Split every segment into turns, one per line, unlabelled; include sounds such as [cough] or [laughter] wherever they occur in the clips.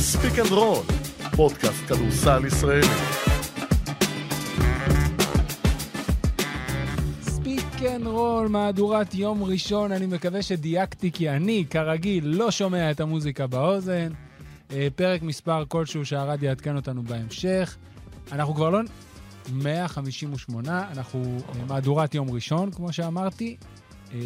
ספיק אנד רול, פודקאסט כדורסל ישראלי.
ספיק אנד כן, רול, מהדורת יום ראשון, אני מקווה שדייקתי, כי אני, כרגיל, לא שומע את המוזיקה באוזן. אה, פרק מספר כלשהו שערד יעדכן אותנו בהמשך. אנחנו כבר לא... 158, אנחנו אה, מהדורת יום ראשון, כמו שאמרתי. אה,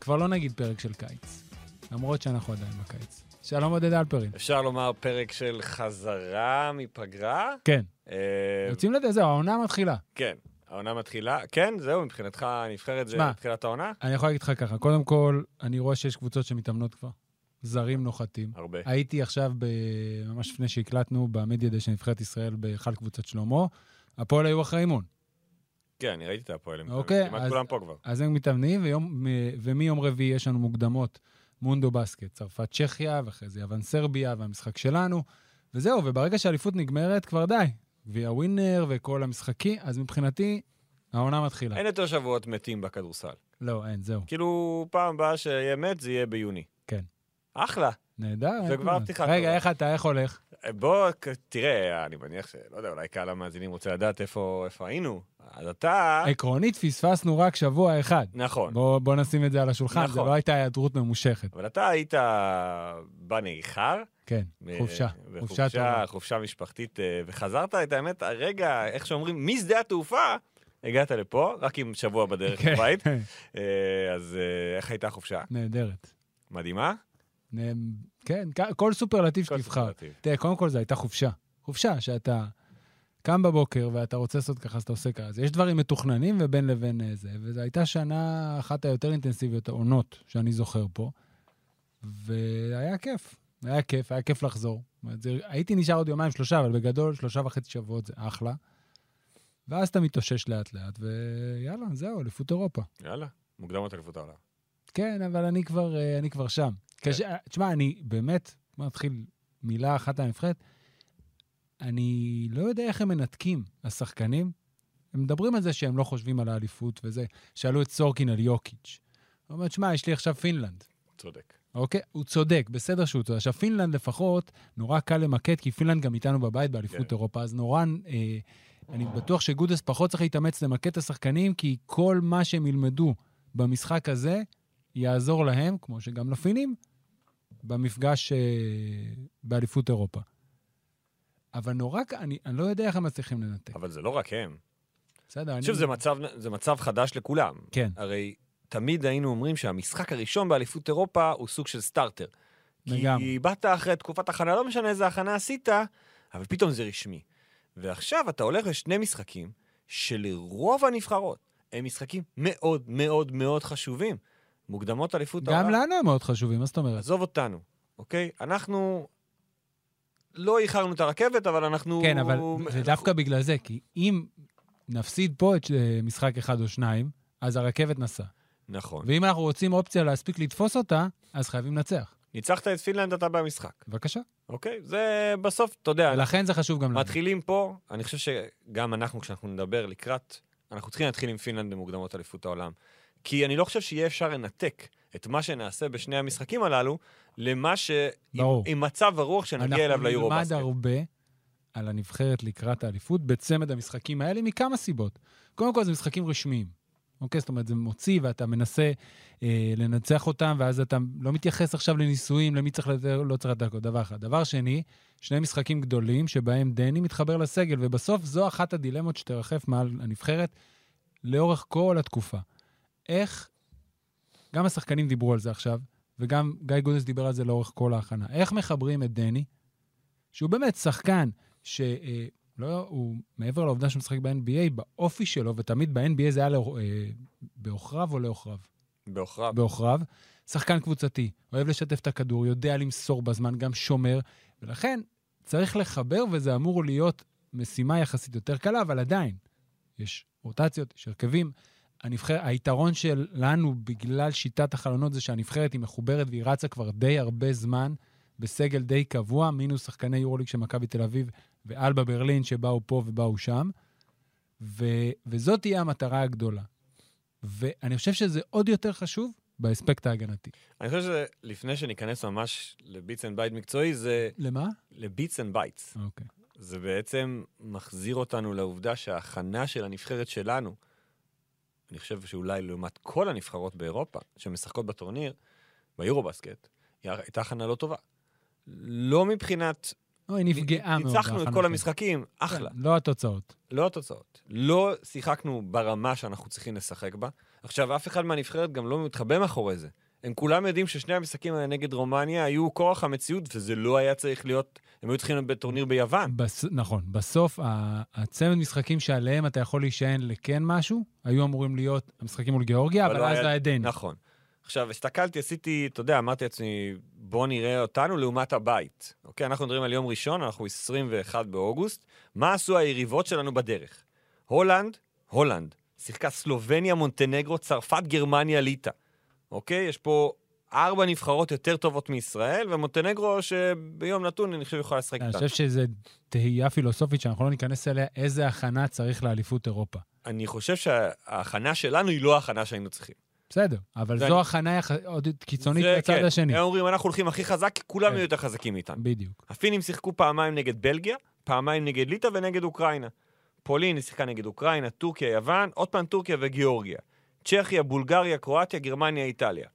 כבר לא נגיד פרק של קיץ, למרות שאנחנו עדיין בקיץ. שלום עודד אלפרין.
אפשר לומר פרק של חזרה מפגרה?
כן,
אה,
יוצאים לזה, זהו, העונה מתחילה.
כן, העונה מתחילה. כן, זהו, מבחינתך נבחרת זה
שמע.
תחילת העונה?
אני יכול להגיד לך ככה, קודם כל, אני רואה שיש קבוצות שמתאמנות כבר. זרים נוחתים.
הרבה.
הייתי עכשיו, ב- ממש לפני שהקלטנו, במדיה די של נבחרת ישראל בהיכל קבוצת שלמה. הפועל היו אחרי אימון.
כן, אני ראיתי את הפועלים.
אוקיי,
כמעט
אז-
כולם פה כבר.
אז הם מתאמנים, ויום, מ- ומיום רביעי יש לנו מוקדמות מונדו בסקט, צרפת צ'כיה, ואחרי זה יוון סרביה, והמשחק שלנו. וזהו, וברגע שהאליפות נגמרת, כבר די. גביע ווינר וכל המשחקים, אז מבחינתי, העונה מתחילה.
אין יותר שבועות מתים בכדורסל.
לא, אין, זהו.
כאילו, פעם הבאה שיהיה מת זה יהיה ביוני.
כן.
אחלה.
נהדר.
זה
אין
כבר
בעיה.
פתיחה
רגע,
טובה.
איך אתה, איך הולך?
אה, בוא, כ- תראה, אני מניח ש... לא יודע, אולי קהל המאזינים רוצה לדעת איפה איפה היינו. אז אתה...
עקרונית, פספסנו רק שבוע אחד.
אה? נכון.
אה, בוא, בוא נשים את זה על השולחן, זו
נכון.
לא הייתה היעדרות ממושכת.
אבל אתה היית בניכר.
כן, חופשה, חופשה טובה.
חופשה, אה, חופשה משפחתית, אה, וחזרת, את האמת, הרגע, איך שאומרים, משדה התעופה, הגעת לפה, רק עם שבוע בדרך
כן,
לבית. אה, אז אה, איך הייתה החופשה?
נהדרת.
מדהימה?
נ- כן, כ- כל סופרלטיב
כל
שתבחר.
סופרלטיב.
תראה, קודם כל זו הייתה חופשה. חופשה שאתה קם בבוקר ואתה רוצה לעשות ככה, אז אתה עושה ככה. אז יש דברים מתוכננים ובין לבין אה, זה, וזו הייתה שנה אחת היותר אינטנסיביות, העונות, שאני זוכר פה, והיה כיף. היה כיף, היה כיף לחזור. זאת אומרת, זה- הייתי נשאר עוד יומיים, שלושה, אבל בגדול, שלושה וחצי שבועות זה אחלה. ואז אתה מתאושש לאט-לאט, ויאללה, זהו, אליפות אירופה.
יאללה, מוקדמות אליפות העולם.
כן, אבל אני כבר, אה, אני כבר שם.
כן.
קשה, אה, תשמע, אני באמת, בוא נתחיל מילה אחת על הנבחרת. אני לא יודע איך הם מנתקים, השחקנים. הם מדברים על זה שהם לא חושבים על האליפות וזה. שאלו את סורקין על יוקיץ'. הוא אומר, שמע, יש לי עכשיו פינלנד.
צודק.
אוקיי? הוא צודק, בסדר שהוא צודק. עכשיו, פינלנד לפחות, נורא קל למקד, כי פינלנד גם איתנו בבית באליפות
כן.
אירופה, אז נורא... אה, אני בטוח שגודס פחות צריך להתאמץ למקד את השחקנים, כי כל מה שהם ילמדו במשחק הזה יעזור להם, כמו שגם לפינים, במפגש אה, באליפות אירופה. אבל נורא, ק- אני, אני לא יודע איך הם מצליחים לנתק.
אבל זה לא רק הם.
בסדר, אני...
שוב, זה מצב, זה מצב חדש לכולם.
כן,
הרי תמיד היינו אומרים שהמשחק הראשון באליפות אירופה הוא סוג של סטארטר.
לגמרי.
כי באת אחרי תקופת הכנה, לא משנה איזה הכנה עשית, אבל פתאום זה רשמי. ועכשיו אתה הולך לשני משחקים שלרוב הנבחרות הם משחקים מאוד מאוד מאוד חשובים. מוקדמות אליפות
גם לנו הם מאוד חשובים, מה זאת אומרת?
עזוב אותנו, אוקיי? אנחנו לא איחרנו את הרכבת, אבל אנחנו...
כן, אבל זה דווקא בגלל זה, כי אם נפסיד פה את אה, משחק אחד או שניים, אז הרכבת נסעה.
נכון.
ואם אנחנו רוצים אופציה להספיק לתפוס אותה, אז חייבים לנצח.
ניצחת את פינלנד, אתה במשחק,
בבקשה.
אוקיי? זה בסוף, אתה יודע,
ולכן זה חשוב גם לנו.
מתחילים פה, אני חושב שגם אנחנו, כשאנחנו נדבר לקראת, אנחנו צריכים להתחיל עם פינלנד במוקדמות אליפות העולם. כי אני לא חושב שיהיה אפשר לנתק את מה שנעשה בשני המשחקים הללו, למה ש...
ברור.
עם, עם מצב הרוח שנגיע אליו ליורו-בסקט.
אנחנו נלמד הרבה על הנבחרת לקראת האליפות בצמד המשחקים האלה, מכמה סיבות. קודם כל, זה משחקים רשמיים. אוקיי? זאת אומרת, זה מוציא ואתה מנסה אה, לנצח אותם, ואז אתה לא מתייחס עכשיו לניסויים, למי צריך לתת, לא צריך לתת, דבר אחד. דבר שני, שני משחקים גדולים שבהם דני מתחבר לסגל, ובסוף זו אחת הדילמות שתרחף מעל הנבחרת לאורך כל התקופה. איך, גם השחקנים דיברו על זה עכשיו, וגם גיא גודס דיבר על זה לאורך כל ההכנה. איך מחברים את דני, שהוא באמת שחקן שלא, הוא מעבר לעובדה שהוא משחק ב-NBA, באופי שלו, ותמיד ב-NBA זה היה לא- אה, בעוכריו או לעוכריו?
בעוכריו.
בעוכריו. שחקן קבוצתי, אוהב לשתף את הכדור, יודע למסור בזמן, גם שומר, ולכן צריך לחבר, וזה אמור להיות משימה יחסית יותר קלה, אבל עדיין, יש רוטציות, יש הרכבים. הנבחר... היתרון שלנו בגלל שיטת החלונות זה שהנבחרת היא מחוברת והיא רצה כבר די הרבה זמן, בסגל די קבוע, מינוס שחקני יורוליג של מכבי תל אביב ואלבה ברלין שבאו פה ובאו שם, ו... וזאת תהיה המטרה הגדולה. ואני חושב שזה עוד יותר חשוב באספקט ההגנתי.
אני חושב שלפני שניכנס ממש לביטס אנד בייט מקצועי, זה
למה?
לביטס אנד בייטס.
אוקיי.
זה בעצם מחזיר אותנו לעובדה שההכנה של הנבחרת שלנו, אני חושב שאולי לעומת כל הנבחרות באירופה שמשחקות בטורניר, ביורובסקט, היא הייתה הכנה לא טובה. לא מבחינת,
לא, היא נפגעה מאוד.
ניצחנו את
בהכנה
כל
שלה.
המשחקים, אחלה.
כן, לא התוצאות.
לא התוצאות. לא שיחקנו ברמה שאנחנו צריכים לשחק בה. עכשיו, אף אחד מהנבחרת גם לא מתחבא מאחורי זה. הם כולם יודעים ששני המשחקים האלה נגד רומניה היו כורח המציאות, וזה לא היה צריך להיות, הם היו צריכים להיות בטורניר ביוון.
בס... נכון, בסוף ה- הצמד משחקים שעליהם אתה יכול להישען לכן משהו, היו אמורים להיות המשחקים מול גיאורגיה, אבל
לא
אז
היה-
לא היה דני.
נכון. עכשיו, הסתכלתי, עשיתי, אתה יודע, אמרתי לעצמי, בוא נראה אותנו לעומת הבית. אוקיי, אנחנו מדברים על יום ראשון, אנחנו 21 באוגוסט. מה עשו היריבות שלנו בדרך? הולנד, הולנד. שיחקה סלובניה, מונטנגרו, צרפת, גרמניה, ליטא. אוקיי? יש פה ארבע נבחרות יותר טובות מישראל, ומונטנגרו, שביום נתון אני חושב יכולה לשחק
אני
איתה.
חושב שזו תהייה פילוסופית שאנחנו לא ניכנס אליה, איזה הכנה צריך לאליפות אירופה.
אני חושב שההכנה שלנו היא לא ההכנה שהיינו צריכים.
בסדר, אבל
זה
זו
אני-
הכנה יח... עוד קיצונית
זה-
לצד
כן.
השני.
הם אומרים, אנחנו הולכים הכי חזק, כי כולם
כן.
יהיו יותר חזקים מאיתנו.
בדיוק.
הפינים שיחקו פעמיים נגד בלגיה, פעמיים נגד ליטא ונגד אוקראינה. פולין שיחקה נגד אוקראינה, טורקיה, יוון, עוד פעם טורקיה וגיאורגיה. צ'כיה, בולגריה, קרואטיה, גרמניה, איטליה.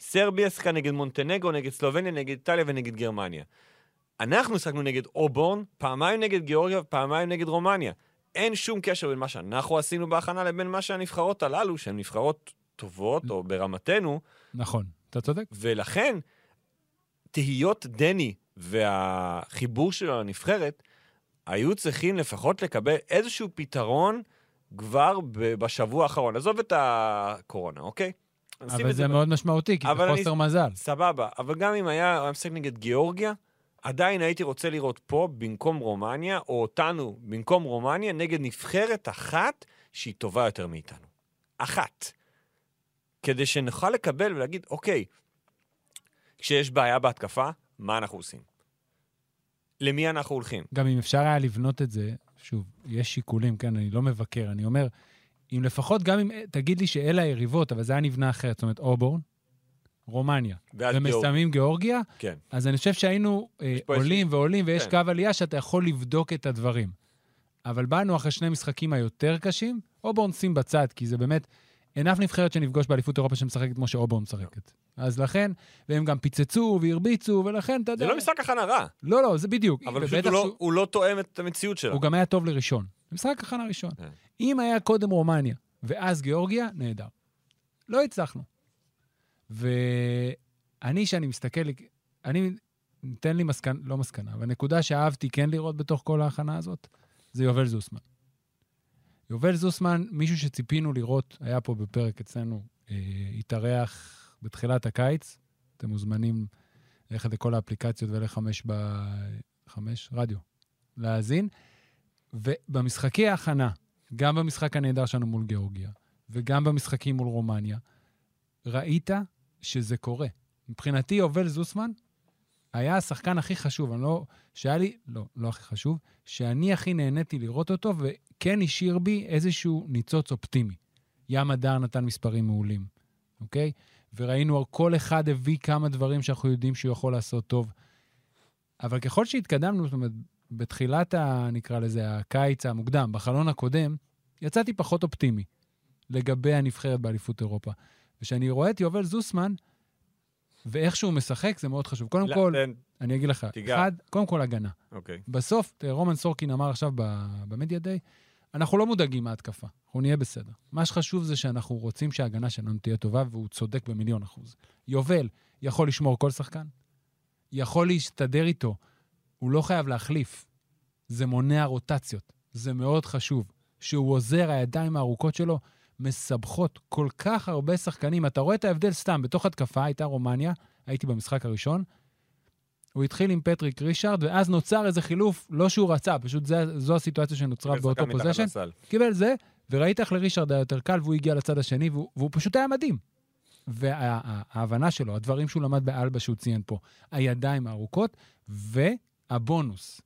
סרביה שיחקה נגד מונטנגו, נגד סלובניה, נגד איטליה ונגד גרמניה. אנחנו שיחקנו נגד אובורן, פעמיים נגד גיאורגיה ופעמיים נגד רומניה. אין שום קשר בין מה שאנחנו עשינו בהכנה לבין מה שהנבחרות הללו, שהן נבחרות טובות או ברמתנו,
נכון, אתה צודק.
ולכן, תהיות דני והחיבור שלו לנבחרת, היו צריכים לפחות לקבל איזשהו פתרון כבר ב- בשבוע האחרון. עזוב את הקורונה, אוקיי? נשים
אבל
את
זה
ב-
מאוד משמעותי, כי זה
אבל אני-
חוסר מזל.
סבבה, אבל גם אם היה הוא היה משחק נגד גיאורגיה, עדיין הייתי רוצה לראות פה במקום רומניה, או אותנו במקום רומניה, נגד נבחרת אחת שהיא טובה יותר מאיתנו. אחת. כדי שנוכל לקבל ולהגיד, אוקיי, כשיש בעיה בהתקפה, מה אנחנו עושים? למי אנחנו הולכים?
גם אם אפשר היה לבנות את זה, שוב, יש שיקולים, כן, אני לא מבקר, אני אומר, אם לפחות, גם אם תגיד לי שאלה היריבות, אבל זה היה נבנה אחרת, זאת אומרת, אובורן, רומניה,
ואז גיאורגיה.
ומסיימים גיאורגיה,
כן.
אז אני חושב שהיינו אה,
פה
עולים ועולים, ויש
כן.
קו עלייה שאתה יכול לבדוק את הדברים. אבל באנו אחרי שני משחקים היותר קשים, אובורן שים בצד, כי זה באמת, אין אף נבחרת שנפגוש באליפות אירופה שמשחקת כמו שאובורן משחקת.
לא.
אז לכן, והם גם פיצצו והרביצו, ולכן, אתה יודע...
זה לא משחק הכנה רע,
לא, לא, זה בדיוק.
אבל פשוט
ובטח
הוא
שהוא-
לא- הוא לא תואם את המציאות שלנו.
הוא גם היה טוב לראשון. משחק הכנה ראשון.
כן.
אם היה קודם רומניה, ואז גיאורגיה, נהדר. לא הצלחנו. ואני, שאני מסתכל, אני, תן לי מסקנה, לא מסקנה, אבל נקודה שאהבתי כן לראות בתוך כל ההכנה הזאת, זה יובל זוסמן. יובל זוסמן, מישהו שציפינו לראות, היה פה בפרק אצלנו, אה, התארח בתחילת הקיץ. אתם מוזמנים ללכת לכל האפליקציות ולחמש ב... חמש? רדיו. להאזין. ובמשחקי ההכנה, גם במשחק הנהדר שלנו מול גיאורגיה, וגם במשחקים מול רומניה, ראית שזה קורה. מבחינתי, יובל זוסמן היה השחקן הכי חשוב, אני לא... שהיה לי... לא, לא הכי חשוב, שאני הכי נהניתי לראות אותו, וכן השאיר בי איזשהו ניצוץ אופטימי. ים הדר נתן מספרים מעולים, אוקיי? וראינו, כל אחד הביא כמה דברים שאנחנו יודעים שהוא יכול לעשות טוב. אבל ככל שהתקדמנו, זאת אומרת, בתחילת, ה, נקרא לזה, הקיץ המוקדם, בחלון הקודם, יצאתי פחות אופטימי לגבי הנבחרת באליפות אירופה. וכשאני רואה את יובל זוסמן, ואיך שהוא משחק, זה מאוד חשוב. קודם
לא,
כל,
תן-
אני אגיד לך,
תיגע.
אחד, קודם כל הגנה.
אוקיי.
בסוף, תראה, רומן סורקין אמר עכשיו ב- במדיה דיי, אנחנו לא מודאגים מההתקפה, אנחנו נהיה בסדר. מה שחשוב זה שאנחנו רוצים שההגנה שלנו תהיה טובה, והוא צודק במיליון אחוז. יובל יכול לשמור כל שחקן, יכול להסתדר איתו, הוא לא חייב להחליף. זה מונע רוטציות, זה מאוד חשוב. שהוא עוזר, הידיים הארוכות שלו מסבכות כל כך הרבה שחקנים. אתה רואה את ההבדל סתם, בתוך התקפה הייתה רומניה, הייתי במשחק הראשון, הוא התחיל עם פטריק רישארד, ואז נוצר איזה חילוף, לא שהוא רצה, פשוט זה, זו הסיטואציה שנוצרה באותו
שחקן מתחת
פוזיישן.
לסל.
קיבל זה, וראית איך לרישארד היה יותר קל, והוא הגיע לצד השני, והוא, והוא פשוט היה מדהים. וההבנה שלו, הדברים שהוא למד באלבה שהוא ציין פה, הידיים הארוכות, והבונוס.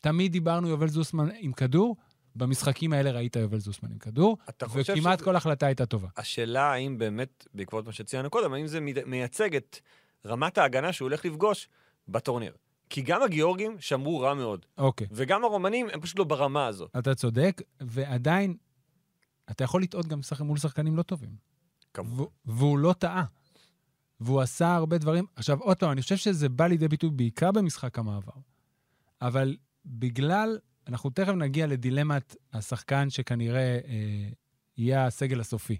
תמיד דיברנו, יובל זוסמן עם כדור, במשחקים האלה ראית יובל זוסמן עם כדור,
אתה חושב
וכמעט
שזה-
כל החלטה הייתה טובה.
השאלה האם באמת, בעקבות מה שציינו קודם, האם זה מיד- מייצג את רמת ההגנה שהוא הולך לפגוש בטורניר. כי גם הגיאורגים שמרו רע מאוד,
אוקיי.
וגם הרומנים הם פשוט לא ברמה הזאת.
אתה צודק, ועדיין, אתה יכול לטעות גם שח- מול שחקנים לא טובים.
כמובן.
ו- והוא לא טעה. והוא עשה הרבה דברים. עכשיו, עוד פעם, אני חושב שזה בא לידי ביטוי בעיקר במשחק המעבר. אבל בגלל, אנחנו תכף נגיע לדילמת השחקן שכנראה אה, יהיה הסגל הסופי.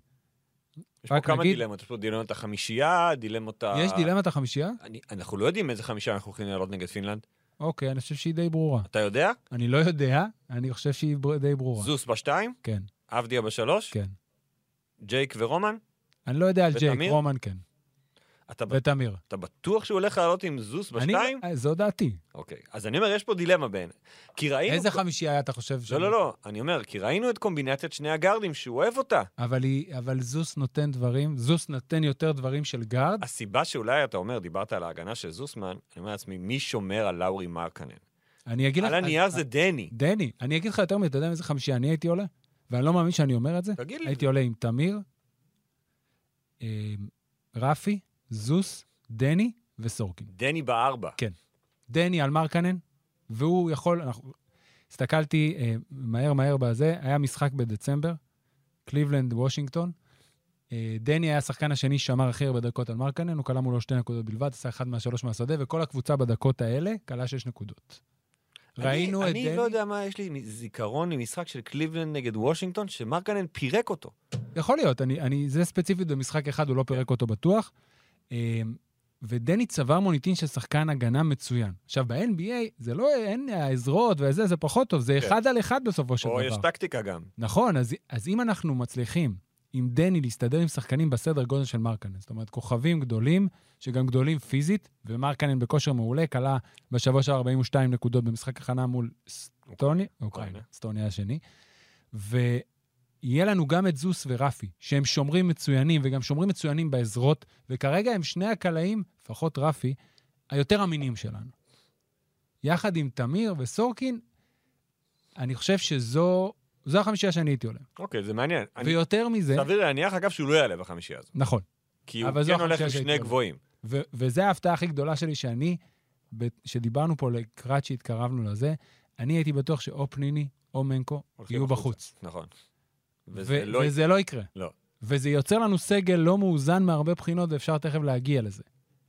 יש פה
רק
כמה
נגיד-
דילמות, יש פה דילמת החמישייה, דילמות ה...
יש דילמת החמישייה?
אני- אנחנו לא יודעים איזה חמישה אנחנו הולכים לעלות נגד פינלנד.
אוקיי, אני חושב שהיא די ברורה.
אתה יודע?
אני לא יודע, אני חושב שהיא בר- די ברורה.
זוס בשתיים,
כן,
עבדיה בשלוש,
כן.
ג'ייק ורומן.
אני לא יודע על ג'ייק,
ותמיר?
רומן כן.
אתה ב-
ותמיר.
אתה בטוח שהוא הולך לעלות עם זוס
אני-
בשתיים?
אה, זו דעתי.
אוקיי. אז אני אומר, יש פה דילמה בין. כי ראינו...
איזה חמישייה אתה חושב ש...
לא, לא, לא. אני אומר, כי ראינו את קומבינציית שני הגארדים, שהוא אוהב אותה.
אבל, היא, אבל זוס נותן דברים, זוס נותן יותר דברים של גארד.
הסיבה שאולי אתה אומר, דיברת על ההגנה של זוסמן, אני אומר לעצמי, מי שומר על לאורי מרקנן?
אני אגיד לך...
על הנייר זה דני.
דני, אני אגיד לך יותר מזה, אתה יודע עם איזה חמישייה אני הייתי עולה? ואני לא מאמין שאני אומר את זה.
תגיד לי.
הייתי עולה עם תמיר, אה, רפי, זוס, דני וסורקין.
דני בארבע.
דני על מרקנן, והוא יכול, אנחנו... הסתכלתי אה, מהר מהר בזה, היה משחק בדצמבר, קליבלנד וושינגטון. אה, דני היה השחקן השני ששמר הכי הרבה דקות על מרקנן, הוא כלה מולו שתי נקודות בלבד, עשה אחד מהשלוש מהשדה, וכל הקבוצה בדקות האלה כלה שש נקודות. ראינו
אני,
את דני,
אני לא יודע מה, יש לי זיכרון ממשחק של קליבלנד נגד וושינגטון, שמרקנן פירק אותו.
יכול להיות, אני, אני, זה ספציפית במשחק אחד, הוא לא פירק אותו בטוח. אה, ודני צבר מוניטין של שחקן הגנה מצוין. עכשיו, ב-NBA זה לא, אין העזרות וזה, זה פחות טוב, זה
כן.
אחד על אחד בסופו של דבר.
או יש טקטיקה גם.
נכון, אז, אז אם אנחנו מצליחים עם דני להסתדר עם שחקנים בסדר גודל של מרקנן, זאת אומרת, כוכבים גדולים, שגם גדולים פיזית, ומרקנן בכושר מעולה, כלה בשבוע שעבר 42 נקודות במשחק הכנה מול סטוני, אוקראינה, סטוני השני, ויהיה לנו גם את זוס ורפי, שהם שומרים מצוינים, וגם שומרים מצוינים בעזרות, וכרגע הם שני הקלעים, לפחות רפי, היותר אמינים שלנו. יחד עם תמיר וסורקין, אני חושב שזו זו החמישייה שאני הייתי עולה.
אוקיי, זה מעניין. אני-
ויותר מזה,
סביר להניח, אגב, שהוא לא יעלה בחמישייה הזאת.
נכון,
כי הוא
אבל זו
כן הולך
החמישייה
לשני
שהייתי
גבוהים.
ו- וזו ההפתעה הכי גדולה שלי שאני, ב- שדיברנו פה לקראת שהתקרבנו לזה, אני הייתי בטוח שאו פניני או מנקו
הולכים
יהיו
החוצה.
בחוץ.
נכון. וזה
וזה,
לא...
לא, וזה לא יקרה.
לא.
וזה יוצר לנו סגל לא מאוזן מהרבה בחינות, ואפשר תכף להגיע לזה.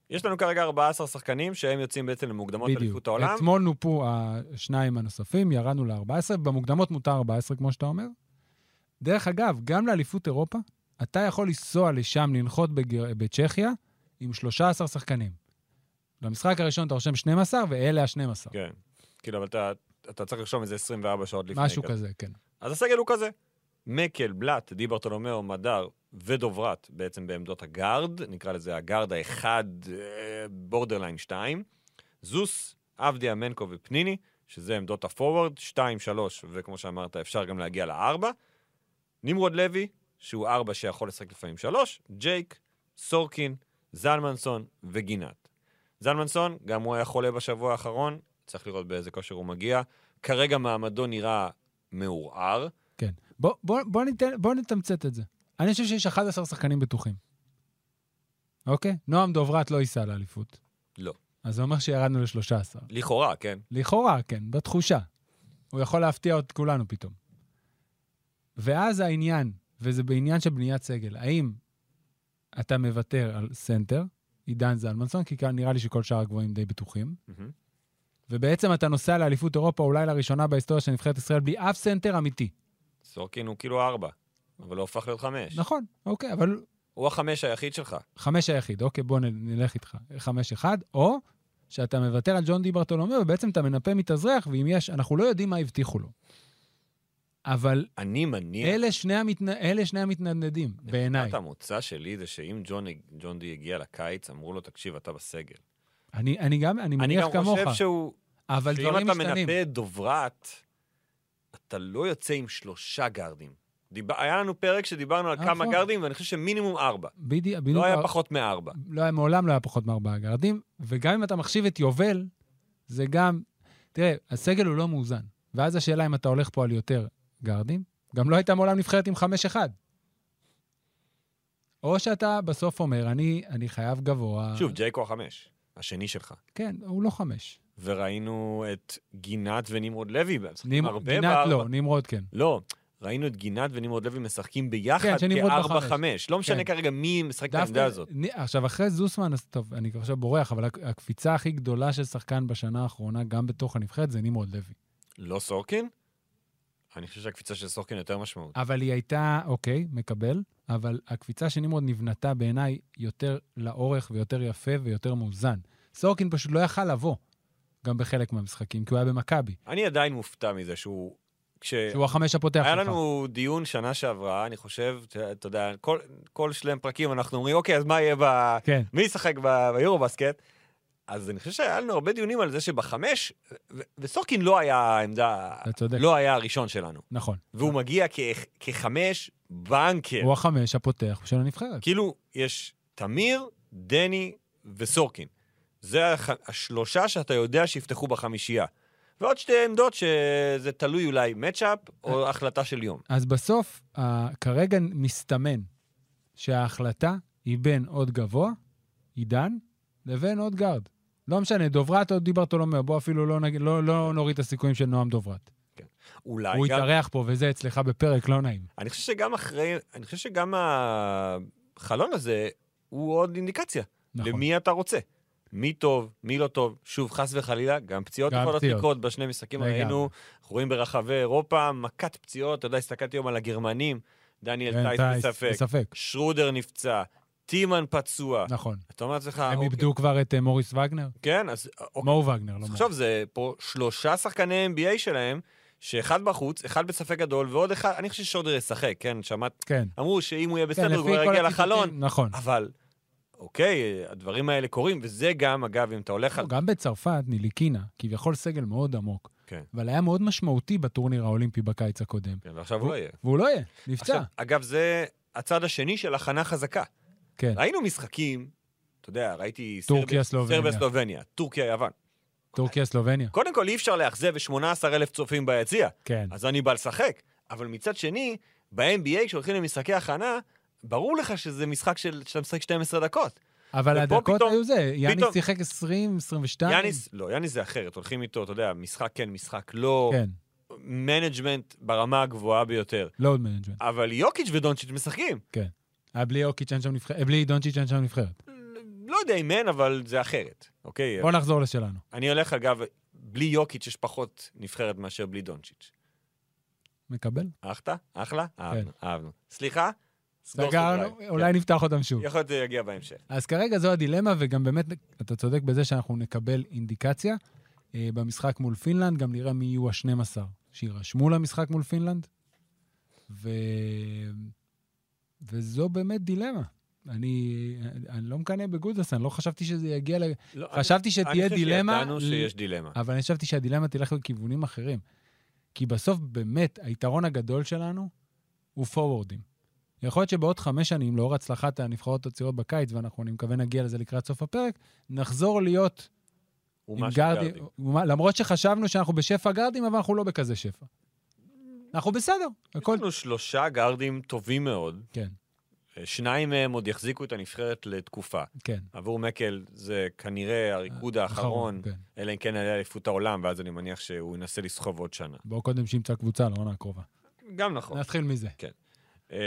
יש לנו כרגע 14 שחקנים שהם יוצאים בעצם למוקדמות
בדיוק.
אליפות העולם.
אתמול נופו השניים הנוספים, ירדנו ל-14, במוקדמות מותר 14, כמו שאתה אומר. דרך אגב, גם לאליפות אירופה, אתה יכול לנסוע לשם, לנחות בגר... בצ'כיה, עם 13 שחקנים. למשחק הראשון אתה רושם 12, ואלה ה-12.
כן. כאילו, אבל אתה- אתה צריך לרשום איזה 24 שעות לפני.
משהו
כזה.
כזה, כן.
אז הסגל הוא כזה. מקל, בלאט, די ברטולומיאו, מדר ודוברת בעצם בעמדות הגארד, נקרא לזה הגארד האחד, אה, בורדרליין 2. זוס, עבדיה, מנקו ופניני, שזה עמדות הפורוורד, 2, 3, וכמו שאמרת, אפשר גם להגיע ל-4. נמרוד לוי, שהוא 4 שיכול לשחק לפעמים 3, ג'ייק, סורקין, זלמנסון וגינת. זלמנסון, גם הוא היה חולה בשבוע האחרון, צריך לראות באיזה כושר הוא מגיע. כרגע מעמדו נראה מעורער.
כן. בוא, בוא, בוא, ניתן, בוא נתמצת את זה. אני חושב שיש 11 שחקנים בטוחים. אוקיי? נועם דוברת לא ייסע לאליפות.
לא.
אז זה אומר שירדנו ל-13.
לכאורה, כן.
לכאורה, כן, בתחושה. הוא יכול להפתיע את כולנו פתאום. ואז העניין, וזה בעניין של בניית סגל, האם אתה מוותר על סנטר, עידן זלמנסון, כי כאן נראה לי שכל שאר הגבוהים די בטוחים,
מהמם.
ובעצם אתה נוסע לאליפות אירופה אולי לראשונה בהיסטוריה של נבחרת ישראל בלי אף סנטר אמיתי.
סורקין הוא כאילו 4, אבל הוא הפך להיות 5.
נכון, אוקיי, אבל
הוא החמש היחיד שלך.
חמש היחיד, אוקיי, בוא נ- נלך איתך. חמש אחד, או שאתה מוותר על ג'ון די ברטולומיאו, ובעצם אתה מנפה מתאזרח, ואם יש, אנחנו לא יודעים מה הבטיחו לו. אבל
אני מניח...
אלה שני, המתנ... אלה שני המתנדנדים, בעיניי.
נקודת המוצא שלי זה שאם ג'ון, ג'ון די הגיע לקיץ, אמרו לו, תקשיב, אתה בסגל.
אני, אני גם, אני
אני
מניח
גם
כמוך,
חושב שהוא...
אבל
שאם
דברים
אתה
משתנים.
מנפה את דוברת, אתה לא יוצא עם שלושה גארדים. דיב... היה לנו פרק שדיברנו על
נכון.
כמה גארדים, ואני חושב שמינימום ארבע.
בדי, בדיוק,
לא היה פחות מארבע.
לא היה, מעולם לא היה פחות מארבעה גרדים, וגם אם אתה מחשיב את יובל, זה גם... תראה, הסגל הוא לא מאוזן, ואז השאלה אם אתה הולך פה על יותר גרדים. גם לא הייתה מעולם נבחרת עם 5-1. או שאתה בסוף אומר, אני, אני חייב גבוה.
שוב, ג'ייקו החמש, השני שלך.
כן, הוא לא חמש.
וראינו את גינת ונמרוד לוי משחקים
נמ-
הרבה
גינת
בארבע-
לא, נמרוד כן.
לא, ראינו את גינת ונמרוד לוי משחקים ביחד
כן, שנמרוד בחמש.
כארבע-חמש. לא משנה
כן.
כרגע מי משחק את העמדה הזאת.
נ- עכשיו, אחרי זוסמן, אז טוב, אני עכשיו בורח, אבל הק- הקפיצה הכי גדולה של שחקן בשנה האחרונה, גם בתוך הנבחרת, זה נמרוד לוי.
לא סורקין? אני חושב שהקפיצה של סורקין יותר משמעות.
אבל היא הייתה, אוקיי, מקבל, אבל הקפיצה של נמרוד נבנתה בעיניי יותר לאורך ויותר יפה ויותר מאוזן. סורקין פשוט לא יכל לבוא, גם בחלק מהמשחקים, כי הוא היה במכבי,
אני עדיין מופתע מזה שהוא... כש...
שהוא החמש הפותח
כן. היה
שלך.
לנו דיון שנה שעברה, אני חושב, ת- אתה יודע, כל, כל שלם פרקים אנחנו אומרים, אוקיי, אז מה יהיה ב...
כן.
מי ישחק ב- ביורובסקט? אז אני חושב שהיה לנו הרבה דיונים על זה שבחמש, ו- וסורקין לא היה העמדה,
אתה צודק.
לא היה הראשון שלנו.
נכון.
והוא מגיע כ- כחמש בנקר.
הוא החמש הפותח של הנבחרת.
כאילו, יש תמיר, דני וסורקין. זה הח... השלושה שאתה יודע שיפתחו בחמישייה. ועוד שתי עמדות שזה תלוי אולי מצ'אפ או
אה.
החלטה של יום.
אז בסוף, ה- כרגע מסתמן שההחלטה היא בין עוד גבוה, עידן, לבין עוד גארד. לא משנה, דוברת או דיברטולומיאו, בוא אפילו לא, נג... לא, לא נוריד את הסיכויים של נועם דוברת.
אולי
הוא
גם...
התארח פה וזה אצלך בפרק לא נעים.
אני חושב שגם אחרי... אני חושב שגם החלון הזה הוא עוד אינדיקציה.
נכון.
למי אתה רוצה. מי טוב, מי לא טוב. שוב, חס וחלילה, גם פציעות
גם
יכולות
פציעות.
לקרות בשני משחקים.
לגמרי.
ראינו, אנחנו רואים ברחבי אירופה, מכת פציעות. אתה יודע, הסתכלתי היום על הגרמנים, דניאל
כן,
טייס
טייס,
בספק,
בספק,
שרודר נפצע, טימן פצוע.
נכון.
אתה אומר לעצמך,
הם
אה, אוקיי,
איבדו כבר את אה, מוריס וגנר?
כן, אז אוקיי.
מאור וגנר, לא
אז
מוריס.
עכשיו זה פה שלושה שחקני NBA שלהם, שאחד בחוץ, אחד בספק גדול, ועוד אחד, אני חושב ששרודר ישחק, כן, שמעת?
כן.
אמרו שאם הוא יהיה
כן,
בסדר,
לפי
הוא כבר
כל
יגיע
הציטוטים,
לחלון.
נכון.
אבל, אוקיי, הדברים האלה קורים, וזה גם, אגב, אם אתה הולך על...
גם בצרפת, ניליקינה, כביכול סגל מאוד עמוק,
כן.
אבל היה מאוד משמעותי בטורניר האולימפי בקיץ הקודם.
כן, ועכשיו הוא לא יהיה.
והוא לא יהיה,
עכשיו,
נפצע.
אגב, זה הצד השני של הכנה חזקה.
כן.
ראינו משחקים, אתה יודע, ראיתי...
טורקיה,
סרביה-
סלובניה.
סרביה, סלובניה, טורקיה, יוון.
טורקיה, סלובניה.
קודם כל, אי אפשר לאכזב 18,000 צופים ביציע,
כן.
אז אני בא לשחק. אבל מצד שני, ב-NBA, כשהולכים למשחקי הכנה, ברור לך שזה משחק של... שאתה משחק 12 דקות.
אבל
ופה
הדקות
פתאום-
היו זה, יאניס
פתאום-
שיחק 20, 22.
יאניס, לא, יאניס זה אחרת, הולכים איתו, אתה יודע, משחק כן, משחק לא,
כן,
מנג'מנט ברמה הגבוהה ביותר.
לואוד מנג'מנט.
אבל יוקיץ' ודונצ'יץ' משחקים.
אה, בלי יוקיץ' אין שם נבחרת, אה, בלי דונצ'יץ' אין שם נבחרת.
לא יודע אם אין, אבל זה אחרת, אוקיי?
בואו נחזור לשלנו.
אני הולך, אגב, בלי יוקיץ' יש פחות נבחרת מאשר בלי דונצ'יץ'.
מקבל?
אהבת? אחלה? אהבנו, אהבנו. סליחה? סגור סוגריים.
כן. סגרנו, אולי נפתח אותם שוב.
לא כן. יכול להיות שזה יגיע בהמשך.
אז כרגע זו הדילמה, וגם באמת, אתה צודק בזה שאנחנו נקבל אינדיקציה. אה, במשחק מול פינלנד, גם נראה מי יהיו ה-12 שיירשמו למשחק מול פינלנד. ו... וזו באמת דילמה. אני, אני לא מקנא בגודס, אני לא חשבתי שזה יגיע ל...
לא,
חשבתי
אני-
שתהיה דילמה, אה,
אני חושב שידענו שיש דילמה.
אבל אני חשבתי שהדילמה תלך לכיוונים אחרים. כי בסוף, באמת, היתרון הגדול שלנו הוא פורוורדים. יכול להיות שבעוד חמש שנים, לאור הצלחת הנבחרות הצעירות בקיץ, ואנחנו, אני מקווה, נגיע לזה לקראת סוף הפרק, נחזור להיות
הוא
עם
מה
גרדים.
שגרדים.
ומה- למרות שחשבנו שאנחנו בשפע גרדים, אבל אנחנו לא בכזה שפע. אנחנו בסדר,
יש
הכל...
לנו שלושה גרדים טובים מאוד.
כן,
שניים מהם עוד יחזיקו את הנבחרת לתקופה.
כן.
עבור מקל זה כנראה הריקוד האחרון,
כן.
אלא אם כן היה אליפות העולם, ואז אני מניח שהוא ינסה לסחוב עוד שנה.
בואו קודם שימצא קבוצה לעונה הקרובה.
גם נכון.
נתחיל מזה.
אמ,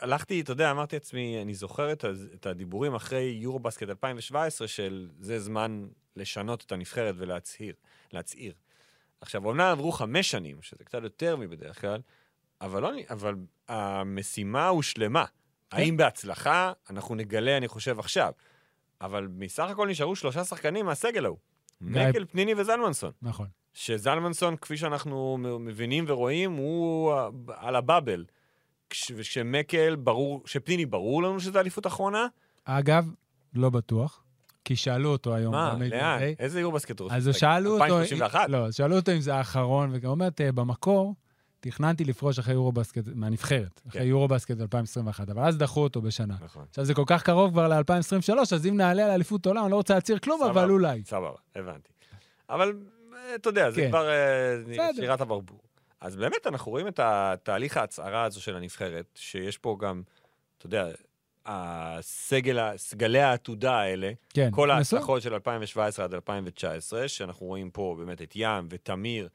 הלכתי, אתה יודע, אמרתי לעצמי, אני זוכר את, ה- את הדיבורים אחרי יורובסקט 2017 של זה זמן לשנות את הנבחרת ולהצהיר. להצעיר. עכשיו, אומנם עברו חמש שנים, שזה קצת יותר מבדרך כלל, אבל, לא, נ- אבל המשימה הושלמה. האם בהצלחה? אנחנו נגלה, אני חושב, עכשיו. אבל מסך הכל נשארו שלושה שחקנים מהסגל ההוא.
גיא-
מקל, פניני וזלמנסון.
נכון.
שזלמנסון, כפי שאנחנו מ- מבינים ורואים, הוא ה- על הבאבל. כש- ושמקל, ברור, שפניני, ברור לנו שזו אליפות אחרונה.
אגב, לא בטוח, כי שאלו אותו היום.
מה,
ב-NBA,
לאן? איזה יורבסקט הוא
לא אוקיי. אז
רוצה
שאלו אותו...
2031?
לא, אז שאלו אותו אם זה האחרון, וגם אומרת, "אה, במקור, תכננתי לפרוש אחרי יורובסקט, מהנבחרת, אחרי
כן.
יורובסקט 2021, אבל אז דחו אותו בשנה.
נכון,
עכשיו זה כל כך קרוב כבר ל-2023, אז אם נעלה על אליפות עולם, אני לא רוצה להצהיר כלום,
סבבה.
אבל אולי.
סבבה, הבנתי. אבל, אה, אתה יודע, זה
כן.
כבר אה,
בסדר.
שירת הברבור. אז באמת, אנחנו רואים את תהליך ההצהרה הזו של הנבחרת, שיש פה גם, אתה יודע, הסגל, ה- סגלי העתודה האלה,
כן.
כל
נסו.
ההצלחות של 2017 עד 2019, שאנחנו רואים פה באמת את ים ותמיר,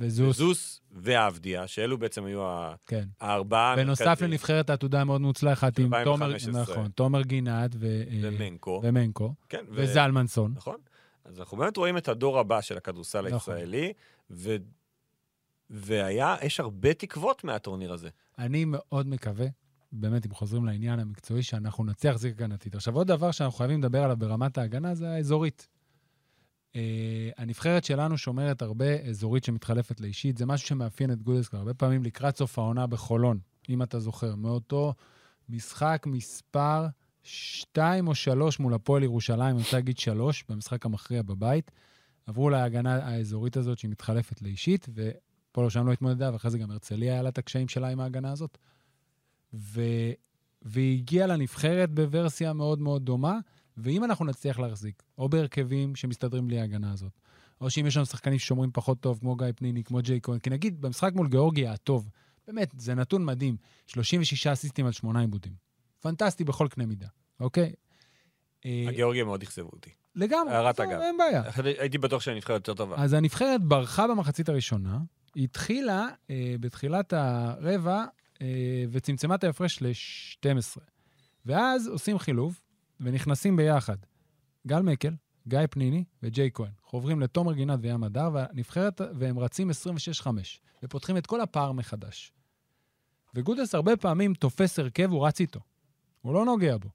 וזוס,
זוס ועבדיה, שאלו בעצם היו ה-
כן.
הארבעה
בנוסף
המרכזיים.
לנבחרת העתודה המאוד מוצלחת
של
עם תומר,
2015.
נכון, תומר גינת ו- אה,
ומנקו.
ומנקו,
כן, ו-
וזלמנסון.
נכון? אז אנחנו באמת רואים את הדור הבא של הכדורסל
נכון.
הישראלי, ו... והיה, יש הרבה תקוות מהטורניר הזה.
אני מאוד מקווה, באמת, אם חוזרים לעניין המקצועי, שאנחנו נצליח להחזיק הגנתית. עכשיו, עוד דבר שאנחנו חייבים לדבר עליו ברמת ההגנה זה האזורית. Uh, הנבחרת שלנו שומרת הרבה אזורית שמתחלפת לאישית, זה משהו שמאפיין את גודלסקר. הרבה פעמים לקראת סוף העונה בחולון, אם אתה זוכר, מאותו משחק מספר 2 או 3 מול הפועל ירושלים, אני רוצה להגיד 3, במשחק המכריע בבית, עברו להגנה האזורית הזאת שהיא מתחלפת לאישית, ו... פועל שם לא התמודדה, ואחרי זה גם הרצליה היה לה את הקשיים שלה עם ההגנה הזאת. ו... והיא הגיעה לנבחרת בוורסיה מאוד מאוד דומה, ואם אנחנו נצליח להחזיק, או בהרכבים שמסתדרים בלי ההגנה הזאת, או שאם יש לנו שחקנים ששומרים פחות טוב, כמו גיא פניני, כמו ג'יי כהן, כי נגיד במשחק מול גיאורגיה הטוב, באמת, זה נתון מדהים, 36 אסיסטים על 8 עיבודים. פנטסטי בכל קנה מידה, אוקיי? אה,
הגיאורגיה מאוד אכזבו אותי.
לגמרי,
הערת
עזוב,
אגב.
אין בעיה.
הייתי בטוח שאני נבחרת יותר טובה.
אז הנבחרת ברחה במחצית הראשונה, היא התחילה אה, בתחילת הרבע אה, וצמצמה את ההפרש ל-12. ואז עושים חילוף ונכנסים ביחד. גל מקל, גיא פניני וג'יי כהן. חוברים לתומר גינת וים הדר, והנבחרת, והם רצים 26-5, ופותחים את כל הפער מחדש. וגודס הרבה פעמים תופס הרכב, הוא רץ איתו. הוא לא נוגע בו.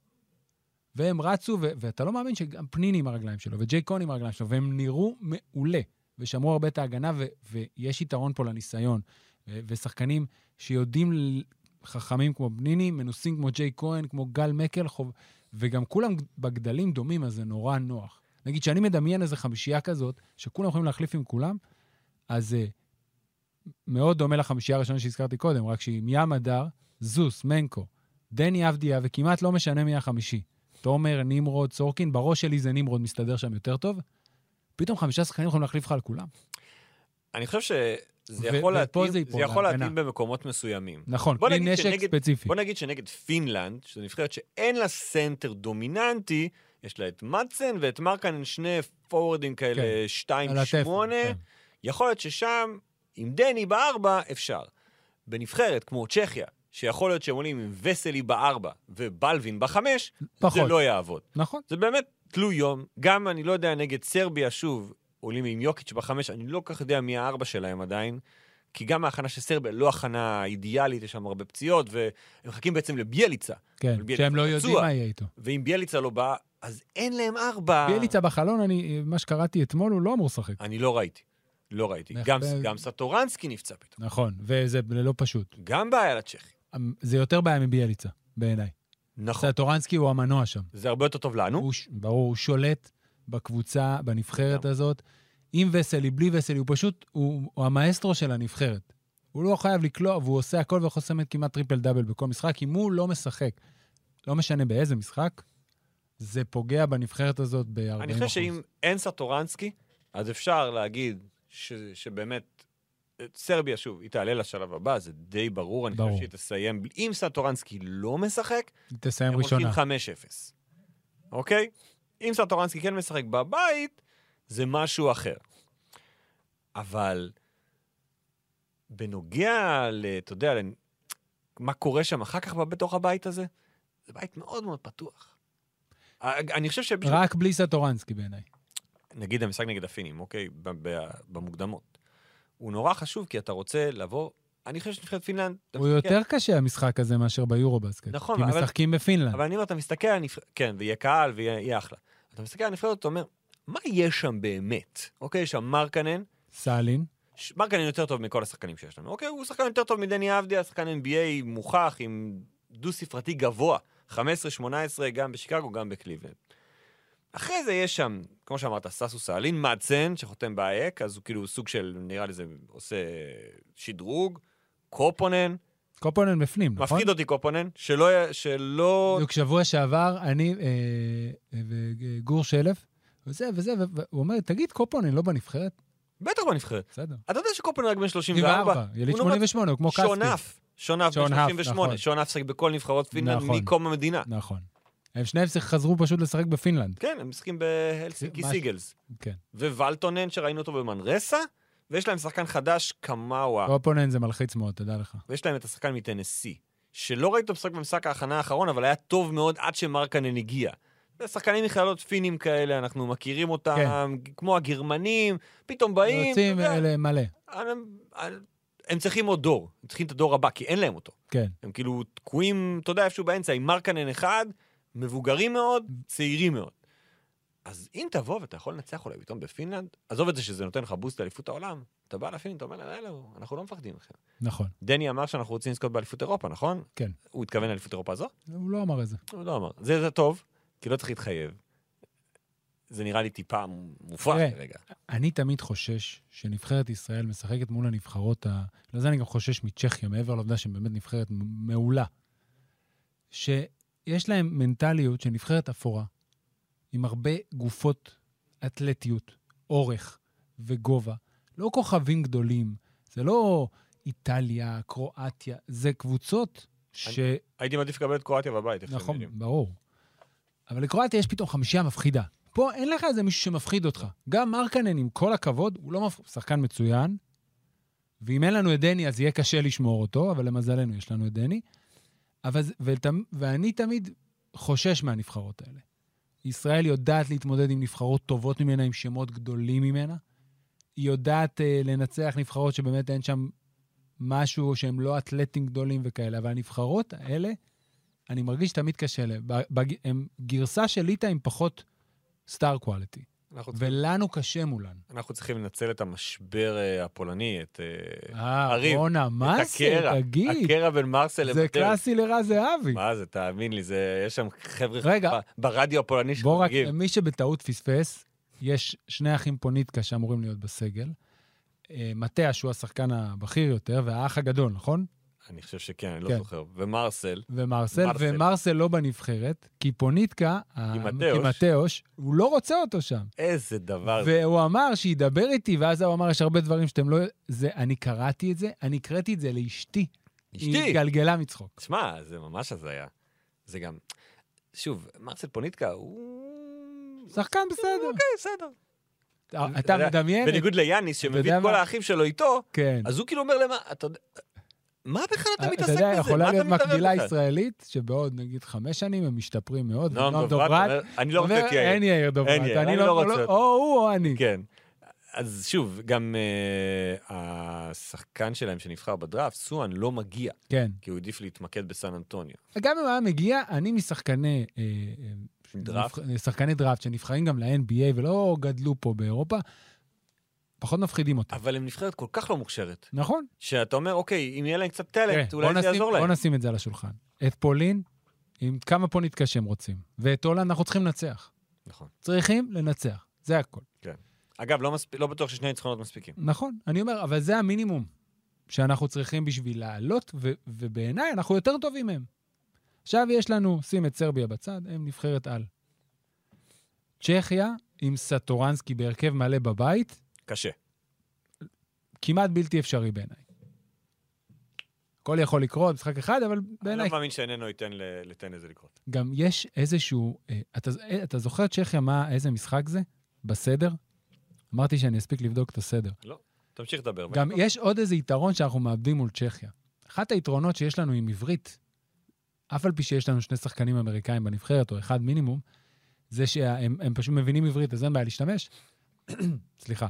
והם רצו, ו- ואתה לא מאמין שגם פניני עם הרגליים שלו, וג'יי קון עם הרגליים שלו, והם נראו מעולה, ושמרו הרבה את ההגנה, ו- ויש יתרון פה לניסיון. ו- ושחקנים שיודעים, ל- חכמים כמו פניני, מנוסים כמו ג'יי כהן, כמו גל מקל, חוב... וגם כולם בגדלים דומים, אז זה נורא נוח. נגיד, כשאני מדמיין איזה חמישייה כזאת, שכולם יכולים להחליף עם כולם, אז זה מאוד דומה לחמישייה הראשונה שהזכרתי קודם, רק שהיא עם ים הדר, זוס, מנקו, דני אבדיה, וכמעט לא משנה מי החמישי. תומר, נמרוד, סורקין, בראש שלי זה נמרוד, מסתדר שם יותר טוב. פתאום חמישה שחקנים יכולים להחליף לך על כולם.
אני חושב שזה
ו-
יכול
ופה
להתאים,
זה
זה
ייפול
יכול
בהגנה.
להתאים במקומות מסוימים.
נכון,
בוא
כלי
נגיד
נשק
שנגד-
ספציפי.
בוא נגיד שנגד פינלנד, שזו נבחרת שאין לה סנטר דומיננטי, יש לה את מדסן ואת מרקנן, שני פורורדים כאלה,
כן.
2-8,
כן.
יכול להיות ששם, עם דני בארבע, אפשר. בנבחרת כמו צ'כיה, שיכול להיות שהם עולים עם וסלי בארבע ובלווין בחמש,
פחות.
זה לא יעבוד.
נכון.
זה באמת תלוי יום. גם, אני לא יודע, נגד סרביה, שוב, עולים עם יוקיץ' בחמש, אני לא כל כך יודע מי הארבע שלהם עדיין, כי גם ההכנה של סרביה לא הכנה אידיאלית, יש שם הרבה פציעות, והם מחכים בעצם לביאליצה.
כן,
אבל ביאליצה
שהם לא יודעים
פצוע.
מה יהיה איתו.
ואם ביאליצה לא בא, אז אין להם ארבע.
ביאליצה בחלון, אני, מה שקראתי אתמול, הוא לא אמור לשחק.
אני לא ראיתי. לא ראיתי.
איך
גם,
ב-
גם סטורנסקי נפצע פתאום.
נכון, וזה לא פשוט.
גם בעיה לצ'כי.
זה יותר בעיה מביאליצה, בעיניי.
נכון.
סטורנסקי הוא המנוע שם.
זה הרבה יותר טוב לנו.
הוא, ש- ברור, הוא שולט בקבוצה, בנבחרת הזאת. עם וסלי, בלי וסלי, הוא פשוט, הוא, הוא המאסטרו של הנבחרת. הוא לא חייב לקלוע, והוא עושה הכל וחוסם את כמעט טריפל דאבל בכל משחק. אם הוא לא משחק, לא משנה באיזה משחק, זה פוגע בנבחרת הזאת ב-40%.
אני חושב שאם אין סטורנסקי, אז אפשר להגיד ש, שבאמת, אה, סרביה, שוב, היא תעלה לשלב הבא, זה די ברור, אני
ברור.
חושב שהיא תסיים, בלי- אם סטורנסקי לא משחק,
תסיים
הם הולכים
ראשונה.
5-0, אוקיי? אם סטורנסקי כן משחק בבית, זה משהו אחר. אבל בנוגע ל... אתה יודע, ל- מה קורה שם אחר כך בתוך הבית הזה, זה בית מאוד מאוד פתוח. אה, אני חושב שבשביל
רק בלי סטורנסקי בעיניי.
נגיד המשחק נגד הפינים, אוקיי? ב- ב- במוקדמות. הוא נורא חשוב, כי אתה רוצה לבוא... אני חושב שנבחרת פינלנד... אתה
הוא
מסתכל-
יותר קשה המשחק הזה מאשר ביורובסקט.
כן. נכון,
כי
אבל-
משחקים בפינלנד.
אבל אני אומר, אתה מסתכל על הנבחרת... כן, ויהיה קהל, ויהיה יהיה אחלה. אתה מסתכל על הנבחרת, אתה אומר, מה יש שם באמת? אוקיי, יש שם מרקנן.
סאלין,
ש- מרקנן יותר טוב מכל השחקנים שיש לנו. אוקיי, הוא שחקן יותר טוב מדני אבדיה, שחקן NBA מוכח, עם דו-ספרתי גבוה. 15-18, גם בשיקגו, גם בקליבלנד. אחרי זה יש שם, כמו שאמרת, ססו סאלין, מאדסן, שחותם באייק, אז הוא כאילו סוג של, נראה לי זה עושה שדרוג.
נכון.
קופונן,
קופונן בפנים, נכון?
מפחיד אותי קופונן, שלא... שלא...
בדיוק שבוע שעבר, אני אה, אה, וגור שלף, וזה וזה, ו- והוא אומר, תגיד, קופונן לא בנבחרת?
בטח בנבחרת.
בסדר.
אתה יודע שקופנהג בן 34,
74, יליד
הוא נורא-
88, הוא כמו כספי.
שונף, שונף בן
שונף,
38,
נכון.
שונף שחק בכל נבחרות פינלנד
נכון.
מקום המדינה.
נכון. הם שניהם שיח- חזרו פשוט לשחק בפינלנד.
כן, הם משחקים בהלסינקי
משהו.
סיגלס.
כן.
ווולטונן, שראינו אותו במנרסה, ויש להם שחקן חדש, קמאווה,
אופונן זה מלחיץ מאוד, תדע לך.
ויש להם את השחקן מטנסי, שלא ראיתי אותו משחק במשחק ההכנה האחרון, אבל היה טוב מאוד עד שמרקנן הגיע. זה שחקנים מכללות פינים כאלה, אנחנו מכירים אותם, כמו הגרמנים, פתאום באים,
כן. יוצאים אה,
אתה יודע,
אלה מלא.
הם- הם- הם צריכים עוד דור, הם צריכים את הדור הבא, כי אין להם אותו.
כן.
הם כאילו תקועים, אתה יודע, איפשהו באמצע, עם מרקנן אחד, מבוגרים מאוד, צעירים מאוד. אז אם תבוא ואתה יכול לנצח אולי פתאום בפינלנד, עזוב את זה שזה נותן לך בוסט לאליפות העולם, אתה בא לפינים, אתה אומר להם, "לא, אנחנו לא מפחדים מכם.
נכון.
דני אמר שאנחנו רוצים לזכות באליפות אירופה, נכון?
כן.
הוא התכוון לאליפות אירופה הזו?
הוא לא אמר את זה.
הוא לא אמר. זה, זה טוב, כי לא צריך להתחייב. זה נראה לי טיפה מופרך
תראה,
כרגע.
אני תמיד חושש שנבחרת ישראל משחקת מול הנבחרות ה... לזה אני גם חושש מצ'כיה, מעבר לעובדה שהם באמת נבחרת מ- מעולה. שיש להם מנטליות של נבחרת אפורה, עם הרבה גופות אתלטיות, אורך וגובה. לא כוכבים גדולים, זה לא איטליה, קרואטיה, זה קבוצות ש...
הייתי מעדיף לקבל את קרואטיה בבית, איך שהם
נכון,
נראים.
ברור. אבל לקרואטיה יש פתאום חמישייה מפחידה. פה אין לך איזה מישהו שמפחיד אותך. גם מרקנן, עם כל הכבוד, הוא לא מפ... הוא שחקן מצוין, ואם אין לנו את דני אז יהיה קשה לשמור אותו, אבל למזלנו יש לנו את דני. אבל, זה- ות... ואני תמיד חושש מהנבחרות האלה. ישראל יודעת להתמודד עם נבחרות טובות ממנה, עם שמות גדולים ממנה. היא יודעת אה, לנצח נבחרות שבאמת אין שם משהו שהם לא אתלטים גדולים וכאלה, אבל הנבחרות האלה אני מרגיש תמיד קשה להם. ב- בג- הם גרסה של ליטא עם פחות סטאר קואליטי,
אנחנו צריכים-
ולנו קשה מולן.
אנחנו צריכים לנצל את המשבר אה, הפולני, את... אה,
אה,
הריב,
רונה, מה
את
זה?
הקרע,
תגיד.
הקרע בין מרסל
זה
לבטל.
קלאסי לרז [laughs] זהבי.
מה זה, תאמין לי, זה, יש שם חבר'ה
רגע.
ב- ברדיו הפולני
בוא רק,
שחוגגים.
מי שבטעות פספס, יש שני אחים פוניטקה שאמורים להיות בסגל. אה, מטע, שהוא השחקן הבכיר יותר, והאח הגדול, נכון?
אני חושב שכן, אני לא
כן.
זוכר. ומרסל,
ומרסל,
מרסל.
ומרסל לא בנבחרת, כי פוניטקה, ה-
מטאוש.
כי מטאוש, הוא לא רוצה אותו שם.
איזה דבר זה.
והוא אמר שידבר איתי, ואז הוא אמר, יש הרבה דברים שאתם לא... זה, אני קראתי את זה, אני הקראתי את זה לאשתי. היא
אשתי,
התגלגלה מצחוק.
תשמע, זה ממש הזיה. זה גם... שוב, מרסל פוניטקה הוא...
שחקן בסדר.
אוקיי, בסדר.
אתה- אתה
יודע,
מדמיין? את-
אה, בניגוד ליאניס,
אתה
שמביא
יודע
את כל
מה?
האחים שלו איתו,
כן.
אז הוא כאילו אומר למה, אתה יודע... מה בכלל אתה מתעסק בזה?
אתה יודע,
מה
יכולה
אתה
להיות
מתערב
מקבילה
בכלל?
ישראלית, שבעוד נגיד חמש שנים הם משתפרים מאוד,
נועם דוברת, אומר, אני לא רוצה
אומר,
את יאיר.
אין יאיר דוברת,
אין יאיר,
אני
אני
לא
לא רוצה אותו."
או הוא או אני.
כן. אז שוב, גם אה, השחקן שלהם שנבחר בדראפט, סואן, לא מגיע,
כן.
כי הוא העדיף להתמקד בסן אנטוניו.
גם אם היה מגיע, אני משחקני... אה, אה,
דראפט?
נבח- שחקני דראפט שנבחרים גם ל-NBA ולא גדלו פה באירופה, פחות מפחידים אותם.
אבל הם נבחרת כל כך לא מוכשרת,
נכון.
שאתה אומר, אוקיי, אם יהיה להם קצת
תראה,
טלנט,
כן, בוא
אולי זה
נשים-
יעזור להם.
בוא נשים את זה על השולחן. את פולין, עם כמה פה נתקשה הם רוצים. ואת הולנד אנחנו צריכים לנצח.
נכון.
צריכים לנצח, זה הכל.
אגב, לא מספ- לא בטוח ששני ניצחונות מספיקים.
נכון, אני אומר, אבל זה המינימום שאנחנו צריכים בשביל לעלות, ו- ובעיניי אנחנו יותר טובים מהם. עכשיו יש לנו, שים את סרביה בצד, הם נבחרת על. צ'כיה עם סטורנסקי בהרכב מלא בבית,
קשה.
כמעט בלתי אפשרי בעיניי. הכל יכול לקרות, משחק אחד, אבל
אני
בעיניי
לא מאמין שאיננו ייתן ל- לתן לזה לקרות.
גם יש איזשהו... אה, אתה, אה, אתה זוכר, צ'כיה, מה, איזה משחק זה? בסדר? אמרתי שאני אספיק לבדוק את הסדר.
תמשיך לדבר.
גם יש עוד איזה יתרון שאנחנו מאבדים מול צ'כיה. אחת היתרונות שיש לנו עם עברית, אף על פי שיש לנו שני שחקנים אמריקאים בנבחרת, או אחד מינימום, זה שהם הם פשוט מבינים עברית, אז אין בעיה להשתמש. [clears throat] סליחה.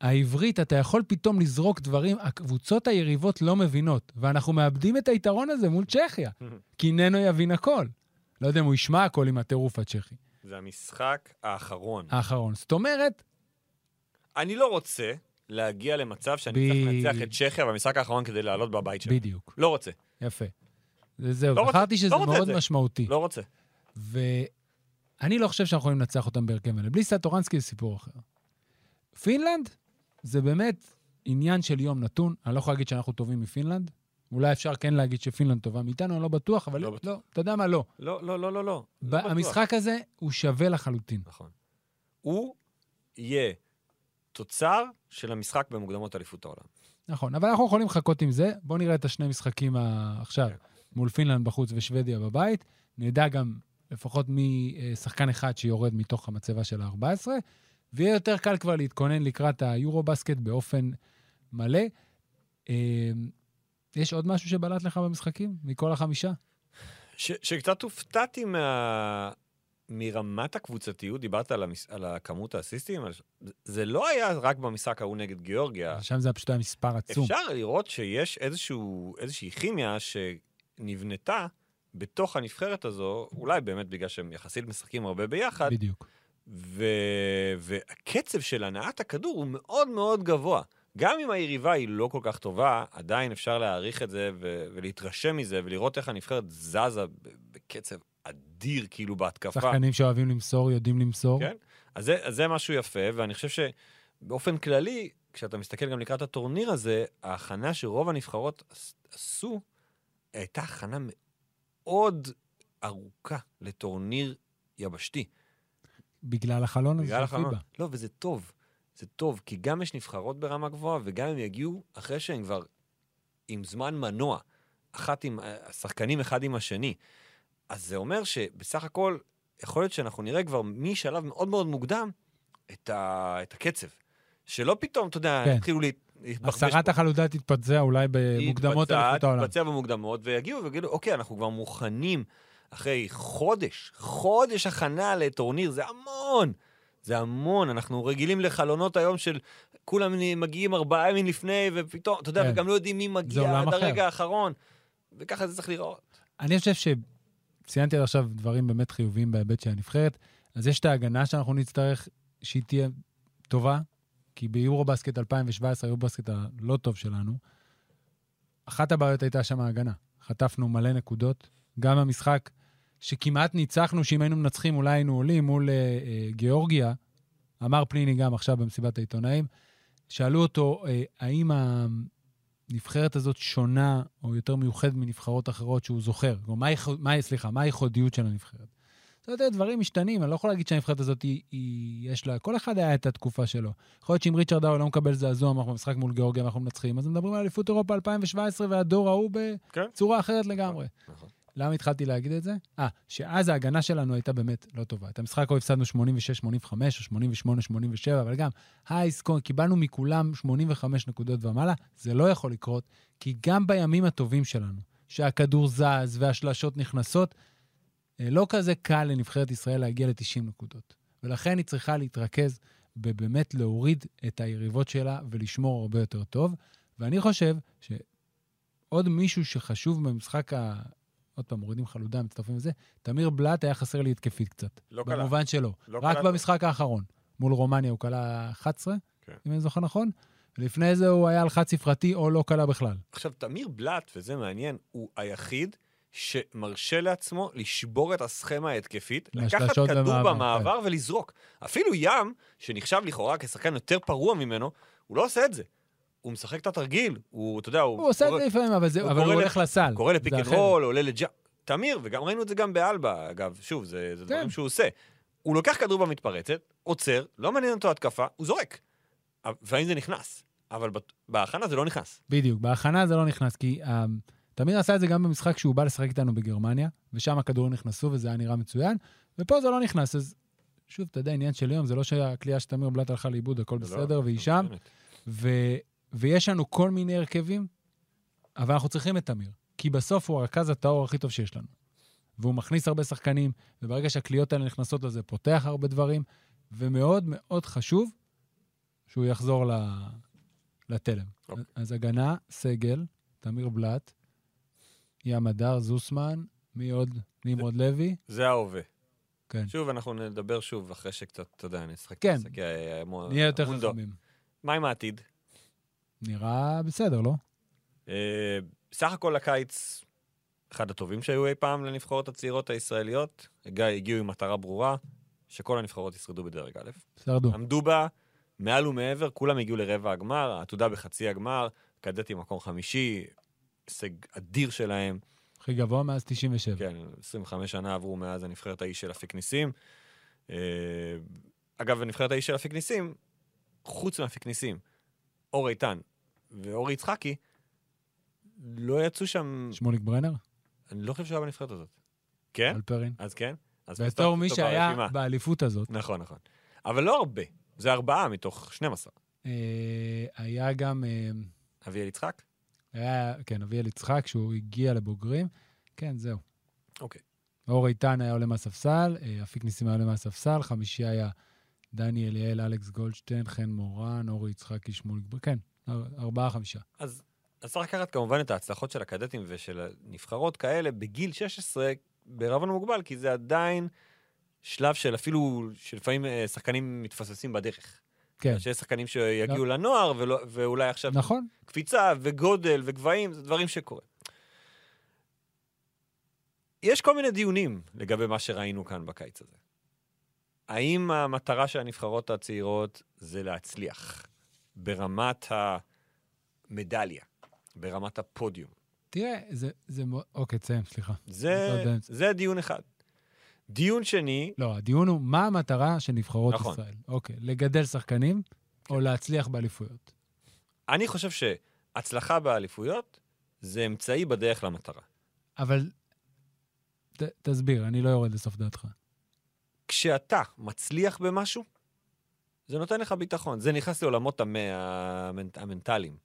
העברית, אתה יכול פתאום לזרוק דברים, הקבוצות היריבות לא מבינות, ואנחנו מאבדים את היתרון הזה מול
[laughs]
צ'כיה, כי ננו יבין הכל. לא יודע אם הוא ישמע הכל עם הטירוף הצ'כי.
זה המשחק האחרון.
האחרון. זאת אומרת,
אני לא רוצה להגיע למצב שאני
ב-
צריך לנצח את צ'כיה במשחק האחרון כדי לעלות בבית שלנו.
בדיוק,
לא רוצה,
יפה. זה- זהו,
לא רוצה-
זכרתי שזה
לא רוצה את
מאוד
זה.
משמעותי.
לא רוצה.
ואני לא חושב שאנחנו יכולים לנצח אותם בהרכב האלה. בלי סטורנסקי זה סיפור אחר. פינלנד זה באמת עניין של יום נתון. אני לא יכול להגיד שאנחנו טובים מפינלנד. אולי אפשר כן להגיד שפינלנד טובה מאיתנו, אני לא בטוח, אבל
לא
לא,
בטוח.
לא אתה יודע מה, לא.
לא, לא, לא, לא, לא.
ב- המשחק הזה הוא שווה לחלוטין.
נכון. הוא נכון. יהיה תוצר של המשחק במוקדמות אליפות העולם.
נכון, אבל אנחנו יכולים לחכות עם זה. בואו נראה את השני משחקים ה- עכשיו,
כן.
מול פינלנד בחוץ ושוודיה בבית. נדע גם לפחות מי אה, שחקן אחד שיורד מתוך המצבה של ה-14, ויהיה יותר קל כבר להתכונן לקראת היורו-בסקט באופן מלא. אה, יש עוד משהו שבלט לך במשחקים? מכל החמישה?
ש, שקצת הופתעתי מה... מרמת הקבוצתיות, דיברת על, המס... על הכמות האסיסטים, על... זה לא היה רק במשחק ההוא נגד גיאורגיה.
שם זה פשוט היה מספר עצום.
אה. אפשר לראות שיש איזשהו, איזושהי כימיה שנבנתה בתוך הנבחרת הזו, אולי באמת בגלל שהם יחסית משחקים הרבה ביחד,
בדיוק.
ו... והקצב של הנעת הכדור הוא מאוד מאוד גבוה. גם אם היריבה היא לא כל כך טובה, עדיין אפשר להעריך את זה ו... ולהתרשם מזה ולראות איך הנבחרת זזה ב- בקצב אדיר כאילו בהתקפה.
שחקנים שאוהבים למסור, יודעים למסור.
כן. אז זה, אז זה משהו יפה, ואני חושב שבאופן כללי, כשאתה מסתכל גם לקראת הטורניר הזה, ההכנה שרוב הנבחרות עש- עשו, הייתה הכנה מאוד ארוכה לטורניר יבשתי.
בגלל החלון הזה
בגלל
של פיבה.
החלון. לא, וזה טוב. זה טוב, כי גם יש נבחרות ברמה גבוהה, וגם הם יגיעו אחרי שהם כבר עם זמן מנוע, אחת עם, השחקנים אחד עם השני. אז זה אומר שבסך הכל, יכול להיות שאנחנו נראה כבר משלב מאוד מאוד מוקדם את, ה, את הקצב. שלא פתאום, אתה יודע,
כן.
יתחילו להת- להתבחבש
הצהרת החלודה תתבצע אולי במוקדמות אה, אליפות העולם.
תתבצע במוקדמות, ויגיעו ויגידו, אוקיי, אנחנו כבר מוכנים אחרי חודש, חודש הכנה לטורניר, זה המון. זה המון, אנחנו רגילים לחלונות היום של כולם מגיעים ארבעה ימים לפני, ופתאום, אתה יודע,
כן.
וגם לא יודעים מי
עולם
מגיע עד
אחר.
הרגע האחרון. וככה זה צריך להיראות.
אני חושב שציינתי עד עכשיו דברים באמת חיוביים בהיבט של הנבחרת, אז יש את ההגנה שאנחנו נצטרך שהיא תהיה טובה, כי ביורובסקט 2017, היורובסקט הלא טוב שלנו, אחת הבעיות הייתה שם ההגנה. חטפנו מלא נקודות, גם המשחק שכמעט ניצחנו, שאם היינו מנצחים אולי היינו עולים מול אה, אה, גיאורגיה, אמר פליני גם עכשיו במסיבת העיתונאים, שאלו אותו, אה, האם הנבחרת הזאת שונה או יותר מיוחדת מנבחרות אחרות שהוא זוכר? או מה, הייחוד- מה, סליחה, מה הייחודיות של הנבחרת? אתה יודע, דברים משתנים, אני לא יכול להגיד שהנבחרת הזאת, היא, היא, יש לה, כל אחד היה את התקופה שלו. יכול להיות שאם ריצ'רד האו לא מקבל זעזוע, אנחנו במשחק מול גיאורגיה, אנחנו מנצחים, אז מדברים על אליפות אירופה 2017 והדור ההוא
כן.
בצורה אחרת לגמרי.
נכון.
למה התחלתי להגיד את זה? אה, שאז ההגנה שלנו הייתה באמת לא טובה. את המשחק ההוא הפסדנו 86-85 או 88-87, אבל גם הייסקור, קיבלנו מכולם 85 נקודות ומעלה, זה לא יכול לקרות, כי גם בימים הטובים שלנו, שהכדור זז והשלשות נכנסות, אה, לא כזה קל לנבחרת ישראל להגיע ל-90 נקודות. ולכן היא צריכה להתרכז בבאמת להוריד את היריבות שלה ולשמור הרבה יותר טוב. ואני חושב שעוד מישהו שחשוב במשחק ה... עוד פעם, מורידים חלודה, מצטרפים לזה, תמיר בלאט היה חסר לי התקפית קצת.
לא קלה.
במובן שלו.
לא
רק
קלע.
במשחק האחרון. מול רומניה הוא כלה 11,
כן.
אם אני זוכר נכון. לפני זה הוא היה על חד ספרתי או לא כלה בכלל.
עכשיו, תמיר בלאט, וזה מעניין, הוא היחיד שמרשה לעצמו לשבור את הסכמה ההתקפית, לקחת
מהשלשות
כדור
ומעבר,
במעבר ולזרוק. אפילו ים, שנחשב לכאורה כשחקן יותר פרוע ממנו, הוא לא עושה את זה. הוא משחק את התרגיל, הוא, אתה יודע, הוא...
הוא עושה את
קורא-
זה לפעמים, אבל זה-
הוא
אבל הוא
קורא
הולך לסל.
קורא
זה
לפיק אנד
אחרת.
רול, עולה לג'ה... תמיר, וגם ראינו את זה גם באלבה, אגב, שוב, זה, זה
כן.
דברים שהוא עושה. הוא לוקח כדור במתפרצת, עוצר, לא מעניין אותו התקפה, הוא זורק. אבל- והאם זה נכנס? אבל בת- בהכנה זה לא נכנס.
בדיוק, בהכנה זה לא נכנס, כי אה, תמיר עשה את זה גם במשחק שהוא בא לשחק איתנו בגרמניה, ושם הכדורים נכנסו וזה היה נראה מצוין, ופה זה לא נכנס, אז שוב, אתה יודע, עניין של יום, זה לא שהקליעה של תמיר בלאט הלכה לאיבוד, הכל
זה לא-
בסדר, והיא שם, ו, ויש לנו כל מיני הרכבים, אבל אנחנו צריכים את תמיר, כי בסוף הוא הרכז הטהור הכי טוב שיש לנו. והוא מכניס הרבה שחקנים, וברגע שהקליעות האלה נכנסות לו זה פותח הרבה דברים, ומאוד מאוד חשוב שהוא יחזור ל... לתלם.
אוקיי.
אז הגנה, סגל, תמיר בלאט, ים הדר, זוסמן, מי עוד? נמרוד לוי?
זה ההווה.
כן.
שוב, אנחנו נדבר שוב אחרי שקצת, אתה יודע, נשחק...
כן.
נשחק, אה, מו-
נהיה יותר
מונדו.
חכמים.
מה עם העתיד?
נראה בסדר, לא?
אה, סך הכל הקיץ, אחד הטובים שהיו אי פעם לנבחרות הצעירות הישראליות. הגע- הגיעו עם מטרה ברורה, שכל הנבחרות ישרדו בדרג א'.
שרדו.
עמדו בה מעל ומעבר, כולם הגיעו לרבע הגמר, העתודה בחצי הגמר, קדטי מקום חמישי, הישג אדיר שלהם.
הכי גבוה מאז 97.
כן, 25 שנה עברו מאז הנבחרת ההיא של אפיק ניסים. אה, אגב, הנבחרת ההיא של אפיק ניסים, חוץ מהפיקניסים, אור איתן ואורי יצחקי, לא יצאו שם...
שמוליק ברנר,
אני לא חושב שהוא היה בנבחרת הזאת. כן?
אלפרין.
אז כן? אז פספסתי
בתור מי
אותו
שהיה
ברשימה.
באליפות הזאת,
נכון, נכון. אבל לא הרבה. זה ארבעה מתוך 12.
אה, היה גם, אה,
אביאל יצחק?
היה, כן, אביאל יצחק, שהוא הגיע לבוגרים. כן, זהו.
אוקיי.
אור איתן היה עולה מהספסל, אה, אפיק ניסים היה עולה מהספסל, חמישי היה דני אליאל, אלכס גולדשטיין, חן מורן, אורי יצחקי, שמוליק, בר- כן, אר- ארבעה, חמישה.
אז, אז צריך לקחת כמובן את ההצלחות של הקדטים ושל הנבחרות כאלה בגיל 16 בערבון מוגבל, כי זה עדיין שלב של אפילו, שלפעמים אה, שחקנים מתפספסים בדרך.
כן,
שיש שחקנים שיגיעו לנוער, ולא, ואולי עכשיו
נכון,
קפיצה וגודל וגבהים, זה דברים שקורים. יש כל מיני דיונים לגבי מה שראינו כאן בקיץ הזה. האם המטרה של הנבחרות הצעירות זה להצליח ברמת המדליה, ברמת הפודיום?
תראה, זה, זה, מאוד- אוקיי, תסיים, סליחה.
זה,
אתה יודע.
זה דיון אחד. דיון שני,
לא, הדיון הוא מה המטרה של נבחרות
נכון. כן.
ישראל. אוקיי, לגדל שחקנים או להצליח באליפויות.
אני חושב שהצלחה באליפויות זה אמצעי בדרך למטרה.
אבל ת, תסביר, אני לא יורד לסוף דעתך.
כשאתה מצליח במשהו, זה נותן לך ביטחון. זה נכנס לעולמות המ- המנ- המנטליים.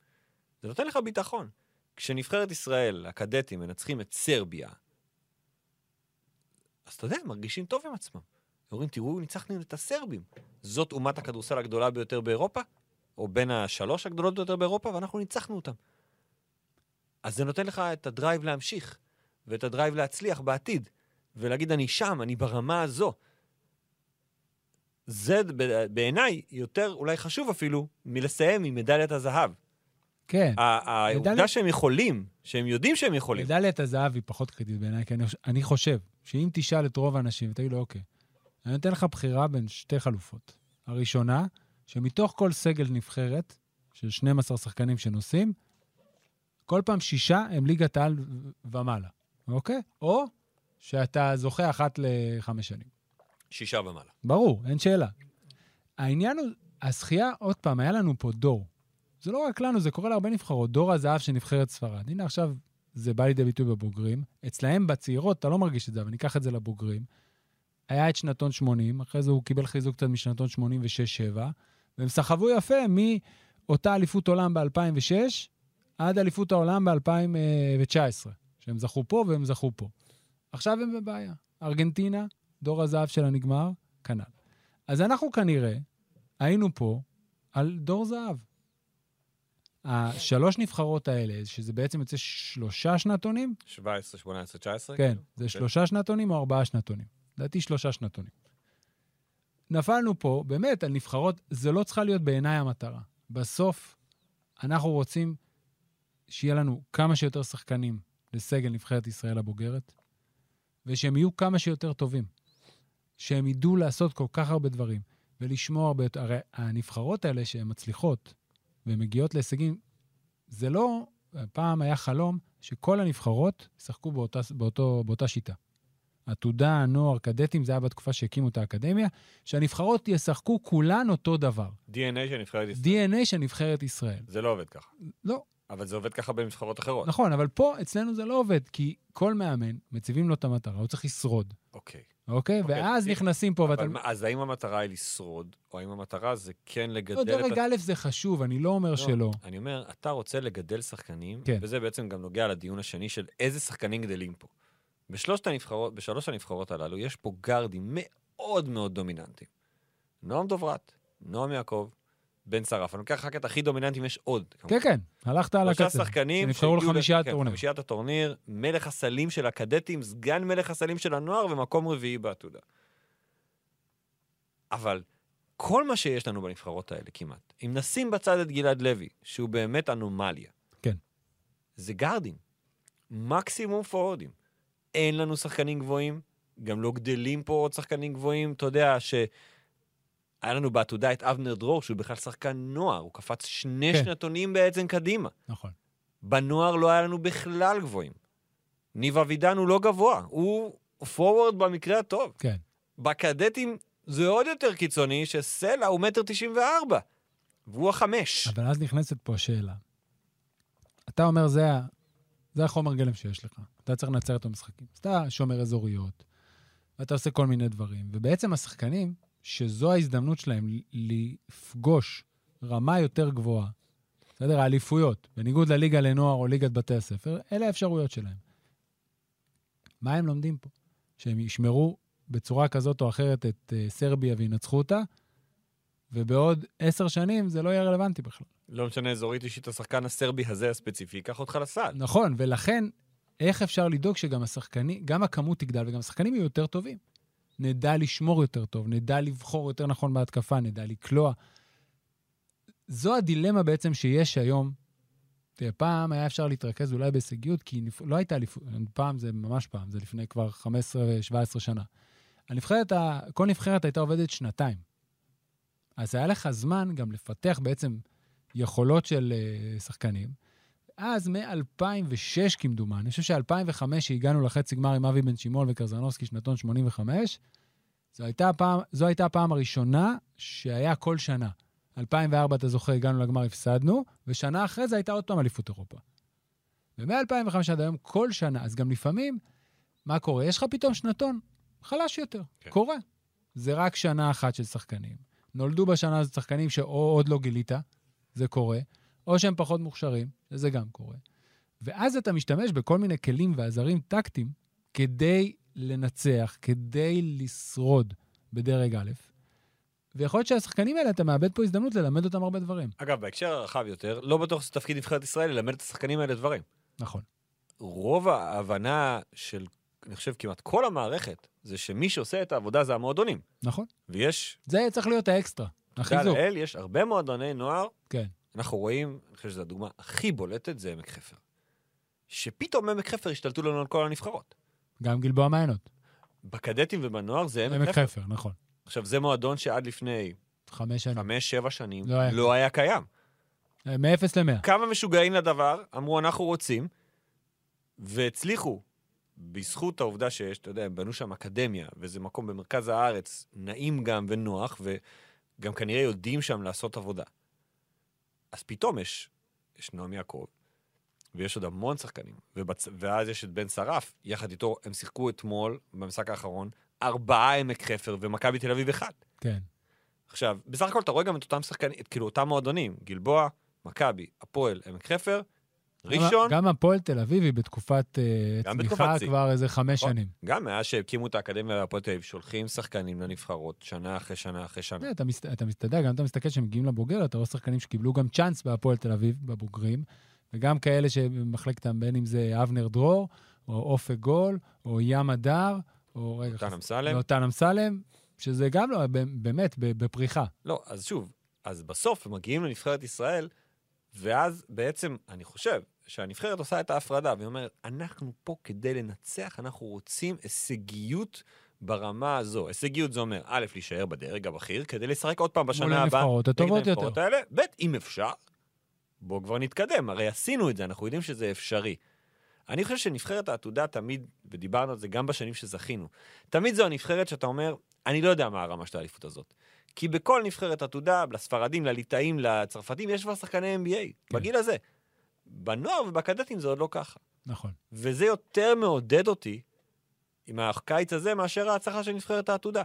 זה נותן לך ביטחון. כשנבחרת ישראל, הקדטים, מנצחים את סרביה, אז אתה יודע, הם מרגישים טוב עם עצמם. אומרים, תראו, ניצחנו את הסרבים. זאת אומת הכדורסל הגדולה ביותר באירופה, או בין השלוש הגדולות ביותר באירופה, ואנחנו ניצחנו אותם. אז זה נותן לך את הדרייב להמשיך, ואת הדרייב להצליח בעתיד, ולהגיד, אני שם, אני ברמה הזו. זה ב- בעיניי יותר אולי חשוב אפילו מלסיים עם מדליית הזהב.
כן.
ה- ה- העובדה
מדליית-
שהם יכולים, שהם יודעים שהם יכולים.
מדליית הזהב היא פחות קריטית בעיניי, כי אני, חוש- אני חושב שאם תשאל את רוב האנשים ותגיד לו, אוקיי, אני נותן לך בחירה בין שתי חלופות. הראשונה, שמתוך כל סגל נבחרת של 12 שחקנים שנוסעים, כל פעם שישה הם ליגת העל ו- ומעלה, אוקיי? או שאתה זוכה אחת לחמש שנים.
שישה ומעלה.
ברור, אין שאלה. העניין הוא, השחייה, עוד פעם, היה לנו פה דור. זה לא רק לנו, זה קורה להרבה נבחרות. דור הזהב של נבחרת ספרד. הנה עכשיו זה בא לידי ביטוי בבוגרים. אצלהם, בצעירות, אתה לא מרגיש את זה, אבל ניקח את זה לבוגרים. היה את שנתון 80, אחרי זה הוא קיבל חיזוק קצת משנתון 86-7, והם סחבו יפה מאותה אליפות עולם ב-2006 עד אליפות העולם ב-2019, שהם זכו פה והם זכו פה. עכשיו הם בבעיה. ארגנטינה, דור הזהב שלה נגמר, כנ"ל. אז אנחנו כנראה היינו פה על דור זהב. השלוש נבחרות האלה, שזה בעצם יוצא שלושה שנתונים,
17, 18, 19?
כן, זה שלושה שנתונים או ארבעה שנתונים? לדעתי שלושה שנתונים. נפלנו פה, באמת, על נבחרות, זה לא צריכה להיות בעיניי המטרה. בסוף, אנחנו רוצים שיהיה לנו כמה שיותר שחקנים לסגל נבחרת ישראל הבוגרת, ושהם יהיו כמה שיותר טובים. שהם ידעו לעשות כל כך הרבה דברים, ולשמוע הרבה יותר. הרי הנבחרות האלה שהן מצליחות ומגיעות להישגים, זה לא פעם היה חלום שכל הנבחרות ישחקו באותה, באותו, באותה שיטה. עתודה, נוער, קדטים, זה היה בתקופה שהקימו את האקדמיה, שהנבחרות ישחקו כולן אותו דבר.
DNA של נבחרת ישראל.
DNA של נבחרת ישראל.
זה לא עובד ככה.
לא.
אבל זה עובד ככה בנבחרות אחרות.
נכון, אבל פה אצלנו זה לא עובד, כי כל מאמן, מציבים לו את המטרה, הוא צריך לשרוד,
אוקיי.
אוקיי?
אוקיי,
ואז
זה-
נכנסים פה, ואתה...
אבל מה- אז האם המטרה היא לשרוד, או האם המטרה זה כן לגדל
לא,
את...
דרג
ה-
א' זה חשוב, אני לא אומר
לא,
שלא.
אני אומר, אתה רוצה לגדל שחקנים,
כן.
וזה בעצם גם נוגע לדיון השני של איזה שחקנים גדלים פה. בשלושת הנבחרות, בשלוש הנבחרות הללו יש פה גארדים מאוד מאוד דומיננטיים. נועם דוברת, נועם יעקב, בן שרף. אני לוקח רק את הכי דומיננטיים, יש עוד. כמובן.
כן, כן, הלכת על
שלושה
הקצה.
שחקנים
שנבחרו
שהגיעו ל-
לחמישה
כן,
הטורניר.
חמישיית הטורניר, מלך הסלים של הקדטים, סגן מלך הסלים של הנוער ומקום רביעי בעתודה. אבל כל מה שיש לנו בנבחרות האלה כמעט, אם נשים בצד את גלעד לוי, שהוא באמת אנומליה,
כן.
זה גארדים, מקסימום פורורדים. אין לנו שחקנים גבוהים, גם לא גדלים פה עוד שחקנים גבוהים, אתה יודע ש... היה לנו בעתודה את אבנר דרור, שהוא בכלל שחקן נוער, הוא קפץ שני
כן.
שנתונים בעצם קדימה.
נכון.
בנוער לא היה לנו בכלל גבוהים. ניב אבידן הוא לא גבוה, הוא forward במקרה הטוב.
כן.
בקדטים זה עוד יותר קיצוני, שסלע הוא מטר תשעים וארבע. והוא החמש.
אבל אז נכנסת פה השאלה. אתה אומר, זה, ה- זה החומר גלם שיש לך. אתה צריך לנצח את המשחקים. אז אתה שומר אזוריות, ואתה עושה כל מיני דברים. ובעצם השחקנים, שזו ההזדמנות שלהם ל- לפגוש רמה יותר גבוהה, בסדר? האליפויות, בניגוד לליגה לנוער או ליגת בתי הספר, אלה האפשרויות שלהם. מה הם לומדים פה? שהם ישמרו בצורה כזאת או אחרת את אה, סרביה וינצחו אותה, ובעוד עשר שנים זה לא יהיה רלוונטי בכלל.
לא משנה אזורית אישית, השחקן הסרבי הזה הספציפי, ייקח אותך לסל.
נכון, ולכן, איך אפשר לדאוג שגם השחקנים, גם הכמות תגדל וגם השחקנים יהיו יותר טובים? נדע לשמור יותר טוב, נדע לבחור יותר נכון בהתקפה, נדע לקלוע. זו הדילמה בעצם שיש היום. תראה, פעם היה אפשר להתרכז אולי בהישגיות, כי נפ... לא הייתה אליפות, פעם זה ממש פעם, זה לפני כבר 15-17 שנה. הנבחרת, ה... כל נבחרת הייתה עובדת שנתיים. אז היה לך זמן גם לפתח בעצם יכולות של אה, שחקנים, אז מ-2006 כמדומני, אני חושב ש-2005 שהגענו לחצי גמר עם אבי בן שמעון וקרזנובסקי, שנתון 85, זו הייתה, הפעם, זו הייתה הפעם הראשונה שהיה כל שנה. 2004, אתה זוכר, הגענו לגמר, הפסדנו, ושנה אחרי זה הייתה עוד פעם אליפות אירופה. ומ-2005 עד היום, כל שנה, אז גם לפעמים, מה קורה? יש לך פתאום שנתון חלש יותר,
כן.
כן. קורה. זה רק שנה אחת של שחקנים. נולדו בשנה הזאת שחקנים שאו עוד לא גילית, זה קורה, או שהם פחות מוכשרים, זה גם קורה. ואז אתה משתמש בכל מיני כלים ועזרים טקטיים כדי לנצח, כדי לשרוד בדרג א', ויכול להיות שהשחקנים האלה, אתה מאבד פה הזדמנות ללמד אותם הרבה דברים.
אגב, בהקשר הרחב יותר, לא בטוח שזה תפקיד נבחרת ישראל ללמד את השחקנים האלה דברים.
נכון.
רוב ההבנה של, אני חושב, כמעט כל המערכת, זה שמי שעושה את העבודה זה המועדונים.
נכון.
ויש,
זה צריך להיות האקסטרה,
תודה
החיזוק.
לאל, יש הרבה מועדוני נוער
כן.
אנחנו רואים, אני חושב שזו הדוגמה הכי בולטת, זה עמק חפר. שפתאום עמק חפר השתלטו לנו על כל הנבחרות.
גם גלבוע מעיינות.
בקדטים ובנוער זה עמק
עמק
חפר.
חפר, נכון.
עכשיו, זה מועדון שעד לפני
חמש שנים.
חמש, שבע שנים
לא היה.
לא היה קיים.
מאפס למאה.
כמה משוגעים לדבר, אמרו, אנחנו רוצים, והצליחו. בזכות העובדה שיש, אתה יודע, הם בנו שם אקדמיה, וזה מקום במרכז הארץ, נעים גם ונוח, וגם כנראה יודעים שם לעשות עבודה. אז פתאום יש, יש נועם יעקב, ויש עוד המון שחקנים, ובצ... ואז יש את בן שרף, יחד איתו, הם שיחקו אתמול, במשחק האחרון, ארבעה עמק חפר ומכבי תל אביב אחד.
כן.
עכשיו, בסך הכל אתה רואה גם את אותם שחקנים, את כאילו אותם מועדונים, גלבוע, מכבי, הפועל, עמק חפר, ראשון,
גם הפועל תל אביב היא בתקופת אה,
גם
צמיחה
בתקופת שיא.
כבר איזה חמש
נכון.
שנים.
גם מאז שהקימו את האקדמיה והפועל תל אביב, שולחים שחקנים לנבחרות שנה אחרי שנה אחרי שנה.
אתה, אתה, מסת, אתה מסתדר, גם אתה מסתכל כשהם מגיעים לבוגר, אתה רואה שחקנים שקיבלו גם צ'אנס בהפועל תל אביב, בבוגרים, וגם כאלה שבמחלקתם, בין אם זה אבנר דרור, או אופק גול, או ים הדר, או רגע,
נתן
חס-
אמסלם?
נתן אמסלם, שזה גם לא, ב- באמת, ב- בפריחה.
לא, אז שוב, אז בסוף הם מגיעים לנבחרת ישראל, ואז בעצם, אני חושב שהנבחרת עושה את ההפרדה, והיא אומרת, אנחנו פה כדי לנצח, אנחנו רוצים הישגיות ברמה הזו. הישגיות זה אומר, א', להישאר בדרג הבכיר, כדי לשחק עוד פעם בשנה הבאה.
הנבחרות
נגד
הטובות
הנבחרות
יותר.
האלה, ב', אם אפשר, בואו כבר נתקדם, הרי עשינו את זה, אנחנו יודעים שזה אפשרי. אני חושב שנבחרת העתודה תמיד, ודיברנו על זה גם בשנים שזכינו, תמיד זו הנבחרת שאתה אומר, אני לא יודע מה הרמה של האליפות הזאת. כי בכל נבחרת עתודה, לספרדים, לליטאים, לצרפתים, יש כבר שחקני NBA,
כן.
בגיל הזה. בנוער ובקדטים זה עוד לא ככה.
נכון.
וזה יותר מעודד אותי עם הקיץ הזה מאשר ההצלחה של נבחרת העתודה.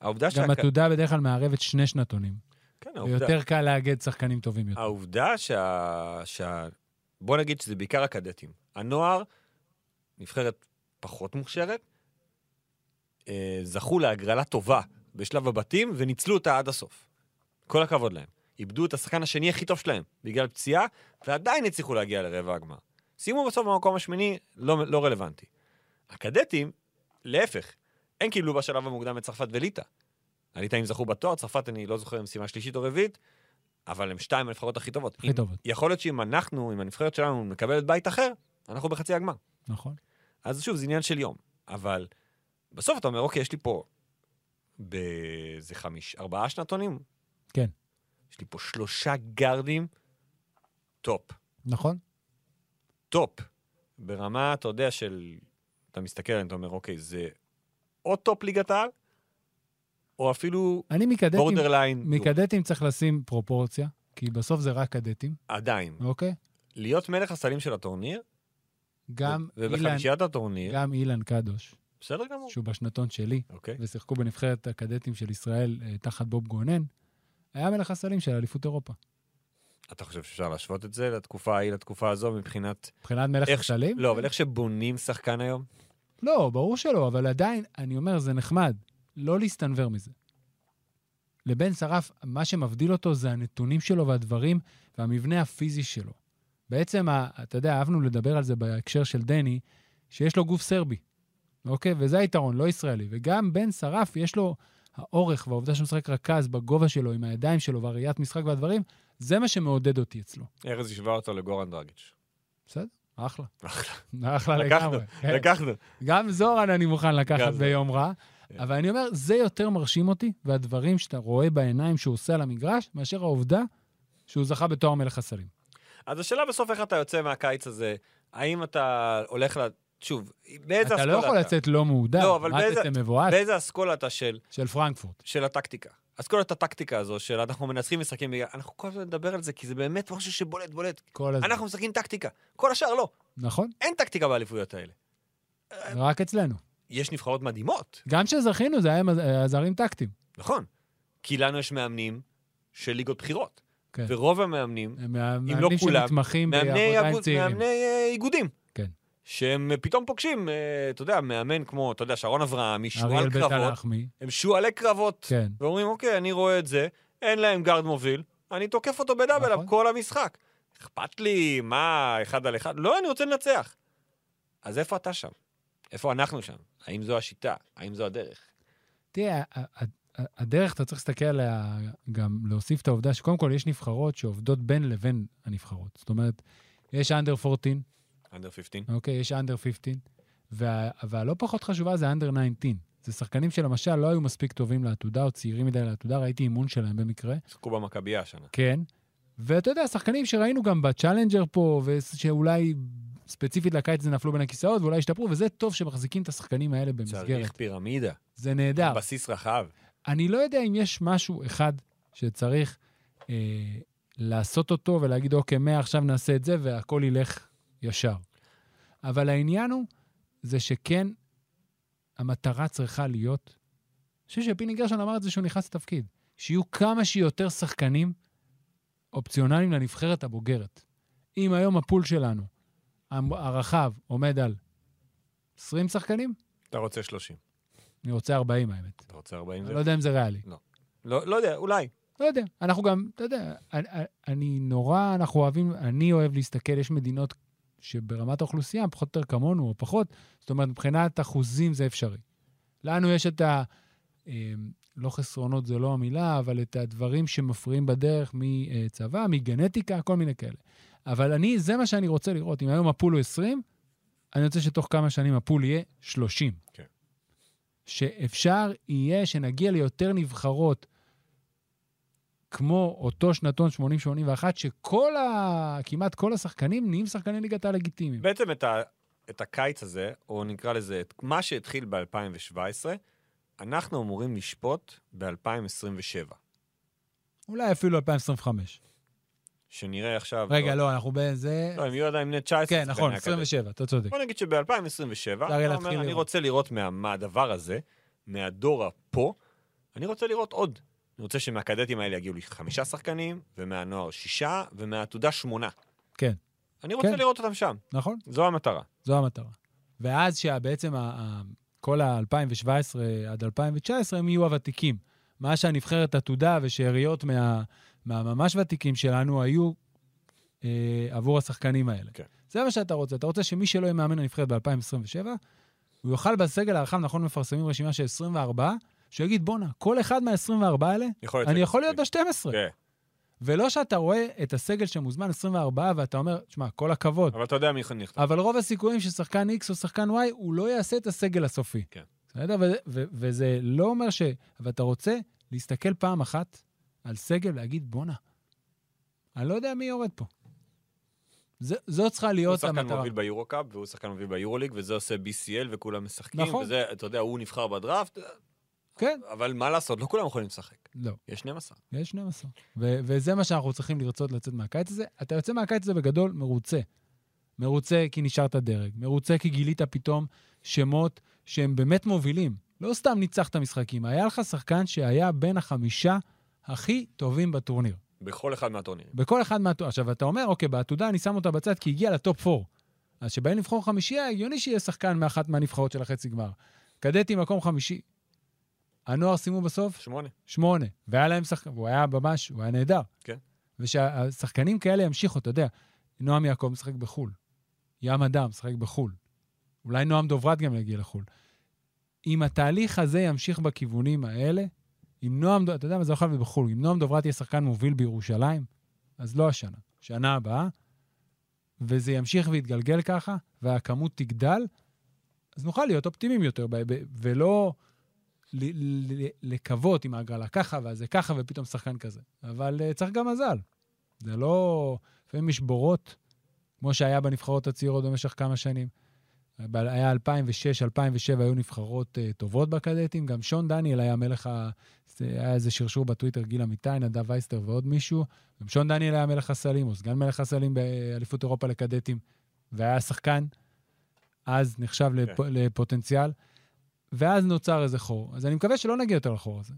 העובדה
גם עתודה בדרך כלל מערבת שני שנתונים,
כן, העובדה- אה,
ויותר קל לאגד שחקנים טובים יותר.
העובדה שה... שה... בוא נגיד שזה בעיקר הקדטים. הנוער, נבחרת פחות מוכשרת, אה, זכו להגרלה טובה בשלב הבתים וניצלו אותה עד הסוף. כל הכבוד להם. איבדו את השחקן השני הכי טוב שלהם בגלל פציעה, ועדיין הצליחו להגיע לרבע הגמר. סיימו בסוף במקום השמיני, לא, לא רלוונטי. הקדטים, להפך, הם קיבלו בשלב המוקדם את צרפת וליטא. הליטאים זכו בתואר, צרפת אני לא זוכר אם סיימה שלישית או רביעית, אבל הם שתיים הנבחרות הכי טובות.
הכי
אם-
טובות.
יכול להיות שאם אנחנו, אם הנבחרת שלנו מקבלת בית אחר, אנחנו בחצי הגמר.
נכון.
אז שוב, זה עניין של יום. אבל בסוף אתה אומר, אוקיי, יש לי פה... ב- זה חמיש... ארבעה שנתונים?
כן.
יש לי פה שלושה גארדים טופ.
נכון?
טופ. ברמה, אתה יודע, של... אתה מסתכל עליהם, אתה אומר, אוקיי, זה או טופ ליגת העל, או אפילו
אני מקדטים...
בורדרליין.
מקדטים צריך לשים פרופורציה, כי בסוף זה רק קדטים,
עדיין,
אוקיי?
להיות מלך הסלים של הטורניר,
גם
ו-
אילן,
ובחמישיית הטורניר,
גם אילן קדוש,
בסדר גמור.
שהוא בשנתון שלי,
אוקיי.
ושיחקו בנבחרת הקדטים של ישראל אה, תחת בוב גונן, היה מלך הסלים של אליפות אירופה.
אתה חושב שאפשר להשוות את זה לתקופה ההיא, לתקופה הזו, מבחינת...
מבחינת מלך
איך ש-
הסלים?
לא, אבל איך שבונים שחקן היום?
לא, ברור שלא, אבל עדיין, אני אומר, זה נחמד. לא להסתנוור מזה. לבן שרף, מה שמבדיל אותו זה הנתונים שלו והדברים והמבנה הפיזי שלו. בעצם, ה- אתה יודע, אהבנו לדבר על זה בהקשר של דני, שיש לו גוף סרבי, אוקיי? וזה היתרון, לא ישראלי. וגם בן שרף, יש לו האורך והעובדה שהוא משחק רכז בגובה שלו, עם הידיים שלו והראיית משחק והדברים, זה מה שמעודד אותי אצלו.
ארז השווה אותו לגורן דרגיץ'.
בסדר? אחלה.
אחלה.
אחלה
לקחנו,
לגמרי. כן.
לקחנו.
גם זורן אני מוכן לקחת
גם זורן.
ביום רע,
כן.
אבל אני אומר, זה יותר מרשים אותי, והדברים שאתה רואה בעיניים שהוא עושה על המגרש, מאשר העובדה שהוא זכה בתואר מלך הסלים.
אז השאלה בסוף איך אתה יוצא מהקיץ הזה, האם אתה הולך ל... שוב, באיזה
אתה לא
אסכולה
יכול לצאת לא מהודר,
לא, אבל
מה
באיזה-
זה מבואס
באיזה אסכולה אתה של,
של פרנקפורט.
של הטקטיקה? אסכולת הטקטיקה הזו של אנחנו מנצחים משחקים, בגלל- אנחנו כל הזמן נדבר על זה, כי זה באמת משהו שבולט בולט.
כל הזמן,
אנחנו משחקים טקטיקה, כל השאר לא.
נכון?
אין טקטיקה באליפויות האלה.
זה רק אצלנו.
יש נבחרות מדהימות,
גם כשזכינו זה היה עם הזרים טקטיים.
נכון. כי לנו יש מאמנים של ליגות בחירות.
כן.
ורוב המאמנים,
הם
לא
מאמנים
כולם,
שמתמחים
מאמני,
בעבודה עם
אגוד,
צעירים.
מאמני אה, איגודים.
כן.
שהם אה, פתאום פוגשים, אה, אתה יודע, מאמן כמו, אתה יודע, שרון אברהם,
אריאל
משועל
בית
קרבות,
הלחמי,
הם שועלי קרבות.
כן.
ואומרים, אוקיי, אני רואה את זה, אין להם גארד מוביל, אני תוקף אותו בדאבל
נכון.
נכון. כל המשחק. אכפת לי, מה, אחד על אחד? לא, אני רוצה לנצח. אז איפה אתה שם? איפה אנחנו שם? האם זו השיטה? האם זו הדרך?
תראה, ה- ה- ה- הדרך, אתה צריך להסתכל עליה, גם להוסיף את העובדה שקודם כל יש נבחרות שעובדות בין לבין הנבחרות. זאת אומרת, יש אנדר 14,
אנדר 15?
אוקיי? יש אנדר 15, וה, והלא פחות חשובה זה אנדר 19. זה שחקנים שלמשל לא היו מספיק טובים לעתודה או צעירים מדי לעתודה, ראיתי אימון שלהם במקרה.
שיחקו במכבייה השנה.
כן. ואתה יודע, שחקנים שראינו גם בצ'אלנג'ר פה, ושאולי ספציפית לקיץ זה נפלו בין הכיסאות ואולי השתפרו, וזה טוב שמחזיקים את השחקנים האלה במסגרת.
צריך פירמידה,
זה נהדר.
בסיס רחב.
אני לא יודע אם יש משהו אחד שצריך אה, לעשות אותו ולהגיד, אוקיי, מה עכשיו נעשה את זה והכל ילך ישר. אבל העניין הוא, זה שכן, המטרה צריכה להיות, אני חושב שפיני גרשון אמר את זה שהוא נכנס לתפקיד, שיהיו כמה שיותר שחקנים אופציונליים לנבחרת הבוגרת. אם היום הפול שלנו, המ- הרחב, עומד על 20 שחקנים,
אתה רוצה 30.
אני רוצה 40 האמת.
אתה רוצה 40?
אני לא יודע אם זה ריאלי.
לא, לא יודע, אולי.
לא יודע, אנחנו גם, אתה יודע, אני, אני נורא, אנחנו אוהבים, אני אוהב להסתכל, יש מדינות שברמת האוכלוסייה, הן פחות או יותר כמונו או פחות, זאת אומרת, מבחינת אחוזים זה אפשרי. לנו יש את ה... אה, לא חסרונות זו לא המילה, אבל את הדברים שמפריעים בדרך מצבא, מגנטיקה, כל מיני כאלה. אבל אני, זה מה שאני רוצה לראות. אם היום הפול הוא 20, אני רוצה שתוך כמה שנים הפול יהיה 30.
כן.
שאפשר יהיה שנגיע ליותר נבחרות כמו אותו שנתון 80-81, שכל ה... כמעט כל השחקנים נהיים שחקני ליגת העל לגיטימיים.
בעצם את, ה, את הקיץ הזה, או נקרא לזה, את מה שהתחיל ב-2017, אנחנו אמורים לשפוט ב-2027.
אולי אפילו 2025.
שנראה עכשיו...
רגע, לא, אנחנו בזה...
לא, הם יהיו עדיין בני 19.
כן, נכון,
שחקני האקדמיה.
27, אתה צודק.
בוא נגיד שב-2027,
אפשר יהיה
אתה
להתחיל
אומר, אני
לראות."
רוצה לראות מה- מהדבר הזה, מהדור הפה, אני רוצה לראות עוד. אני רוצה שמהקדטים האלה יגיעו לי חמישה שחקנים, ומהנוער שישה, ומהעתודה שמונה.
כן.
אני רוצה
כן.
לראות אותם שם,
נכון,
זו המטרה.
זו המטרה. ואז שבעצם ה- ה- כל ה-2017 עד 2019 הם יהיו הוותיקים. מה שהנבחרת עתודה ושאריות מה- מהממש ותיקים שלנו היו אה, עבור השחקנים האלה.
כן.
זה מה שאתה רוצה. אתה רוצה שמי שלא יהיה מאמן הנבחרת ב-2027, הוא יוכל בסגל הרחב, נכון, מפרסמים רשימה של 24, שהוא יגיד, בואנה, כל אחד מה-24 האלה,
יכול להיות
אני
ש-
יכול להיות ב-12.
כן.
ולא שאתה רואה את הסגל שמוזמן 24 ואתה אומר, שמע, כל הכבוד,
אבל אתה יודע מי יכול לכתוב.
אבל רוב הסיכויים ששחקן X או שחקן Y, הוא לא יעשה את הסגל הסופי.
כן.
בסדר? וזה- ו- וזה לא אומר ש... אבל אתה רוצה להסתכל פעם אחת על סגל ולהגיד, בואנה, אני לא יודע מי יורד פה. זה- זו צריכה
הוא
להיות
שחקן
המטרה.
מוביל ביורו-קאפ, והוא שחקן מוביל ביורו-ליג, וזה עושה BCL וכולם משחקים,
נכון.
וזה, אתה יודע, הוא נבחר בדראפט,
כן,
אבל מה לעשות, לא כולם יכולים לשחק.
לא.
יש 12.
יש 12. ו- וזה מה שאנחנו צריכים לרצות לצאת מהקיץ הזה. אתה יוצא מהקיץ הזה בגדול מרוצה. מרוצה כי נשארת דרג, מרוצה כי גילית פתאום שמות שהם באמת מובילים. לא סתם ניצחת משחקים, היה לך שחקן שהיה בין החמישה הכי טובים בטורניר.
בכל אחד מהטורנירים.
בכל אחד מהטורניר. עכשיו, אתה אומר, אוקיי, בעתודה אני שם אותה בצד כי הגיע לטופ 4. אז שבאים לבחור חמישייה, הגיוני שיהיה שחקן מאחת מהנבחרות של החצי גמר. קדטי מקום חמישי. הנוער סיימו בסוף
שמונה.
שמונה, והיה להם שחקן, הוא היה ממש, הוא היה נהדר.
כן.
ושהשחקנים כאלה ימשיכו, אתה יודע, נועם יעקב משחק בחו"ל, ים אדם משחק בחו"ל, אולי נועם דוברת גם יגיע לחו"ל. אם התהליך הזה ימשיך בכיוונים האלה, אם נועם, אתה יודע מה, זה לא חייב להיות בחו"ל, אם נועם דוברת יהיה שחקן מוביל בירושלים, אז לא השנה, שנה הבאה, וזה ימשיך ויתגלגל ככה, והכמות תגדל, אז נוכל להיות אופטימיים יותר, ב- ב- ולא ל- ל- לקוות עם ההגרלה ככה, ואז זה ככה, ופתאום שחקן כזה. אבל אה, צריך גם מזל. זה לא... לפעמים יש בורות, כמו שהיה בנבחרות הצעירות במשך כמה שנים. ב- היה 2006, 2007, היו נבחרות אה, טובות בקדטים. גם שון דניאל היה מלך ה... זה- היה איזה שרשור בטוויטר, גיל אמיתי, נדב וייסטר ועוד מישהו. גם שון דניאל היה מלך הסלים, או סגן מלך הסלים באליפות אירופה לקדטים, והיה שחקן, אז נחשב לפ... לפוטנציאל. ואז נוצר איזה חור. אז אני מקווה שלא נגיע יותר לחור הזה.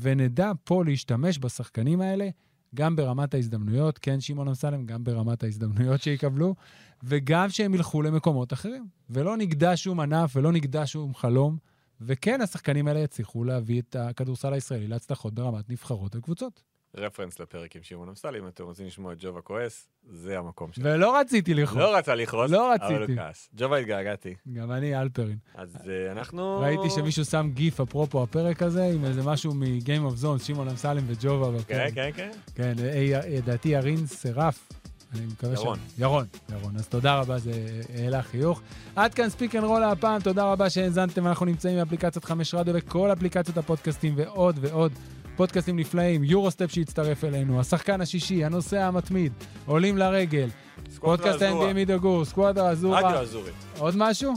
ונדע פה להשתמש בשחקנים האלה, גם ברמת ההזדמנויות, כן, שמעון אמסלם, גם ברמת ההזדמנויות שיקבלו, וגם שהם ילכו למקומות אחרים. ולא נגדע שום ענף ולא נגדע שום חלום, וכן, השחקנים האלה יצליחו להביא את הכדורסל הישראלי להצלחות ברמת נבחרות וקבוצות.
רפרנס לפרק עם שמעון אמסלם, אם אתם רוצים לשמוע את ג'ובה כועס, זה המקום שלו.
ולא רציתי לכעוס.
לא רצה לכעוס,
נכון. לא
אבל
רציתי.
הוא כעס. ג'ובה התגעגעתי.
גם אני אלפרין.
אז אה, אנחנו...
ראיתי שמישהו שם גיף, אפרופו הפרק הזה, עם איזה משהו מ-game of Zones, שמעון אמסלם וג'ובה
כן,
בפרק.
כן, כן.
כן, אה, אה, לדעתי ירין סרף. אני מקווה
ירון.
ירון, ירון. אז תודה רבה, זה העלה חיוך. עד כאן ספיק אנד רול הפעם, תודה רבה שהאזנתם, אנחנו נמצאים באפליקציית חמש רדיו וכל אפליקציות הפודקאסטים ועוד ועוד. פודקאסטים נפלאים, יורוסטפ שהצטרף אלינו, השחקן השישי, הנוסע המתמיד, עולים לרגל,
סקוט
פודקאסט
ואזורה.
NBA מידוגור, סקוואדר
לא רדיו
אזורה.
אזורי.
עוד משהו?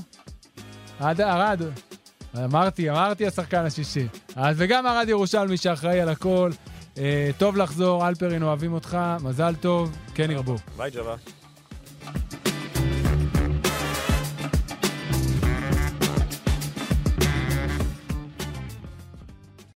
עד ערד. אמרתי, אמרתי השחקן השישי. אז וגם ערד ירושלמי שאחראי על הכל. אה, טוב לחזור, אלפרין אוהבים אותך, מזל טוב, כן ירבו.
ביי ג'ובה.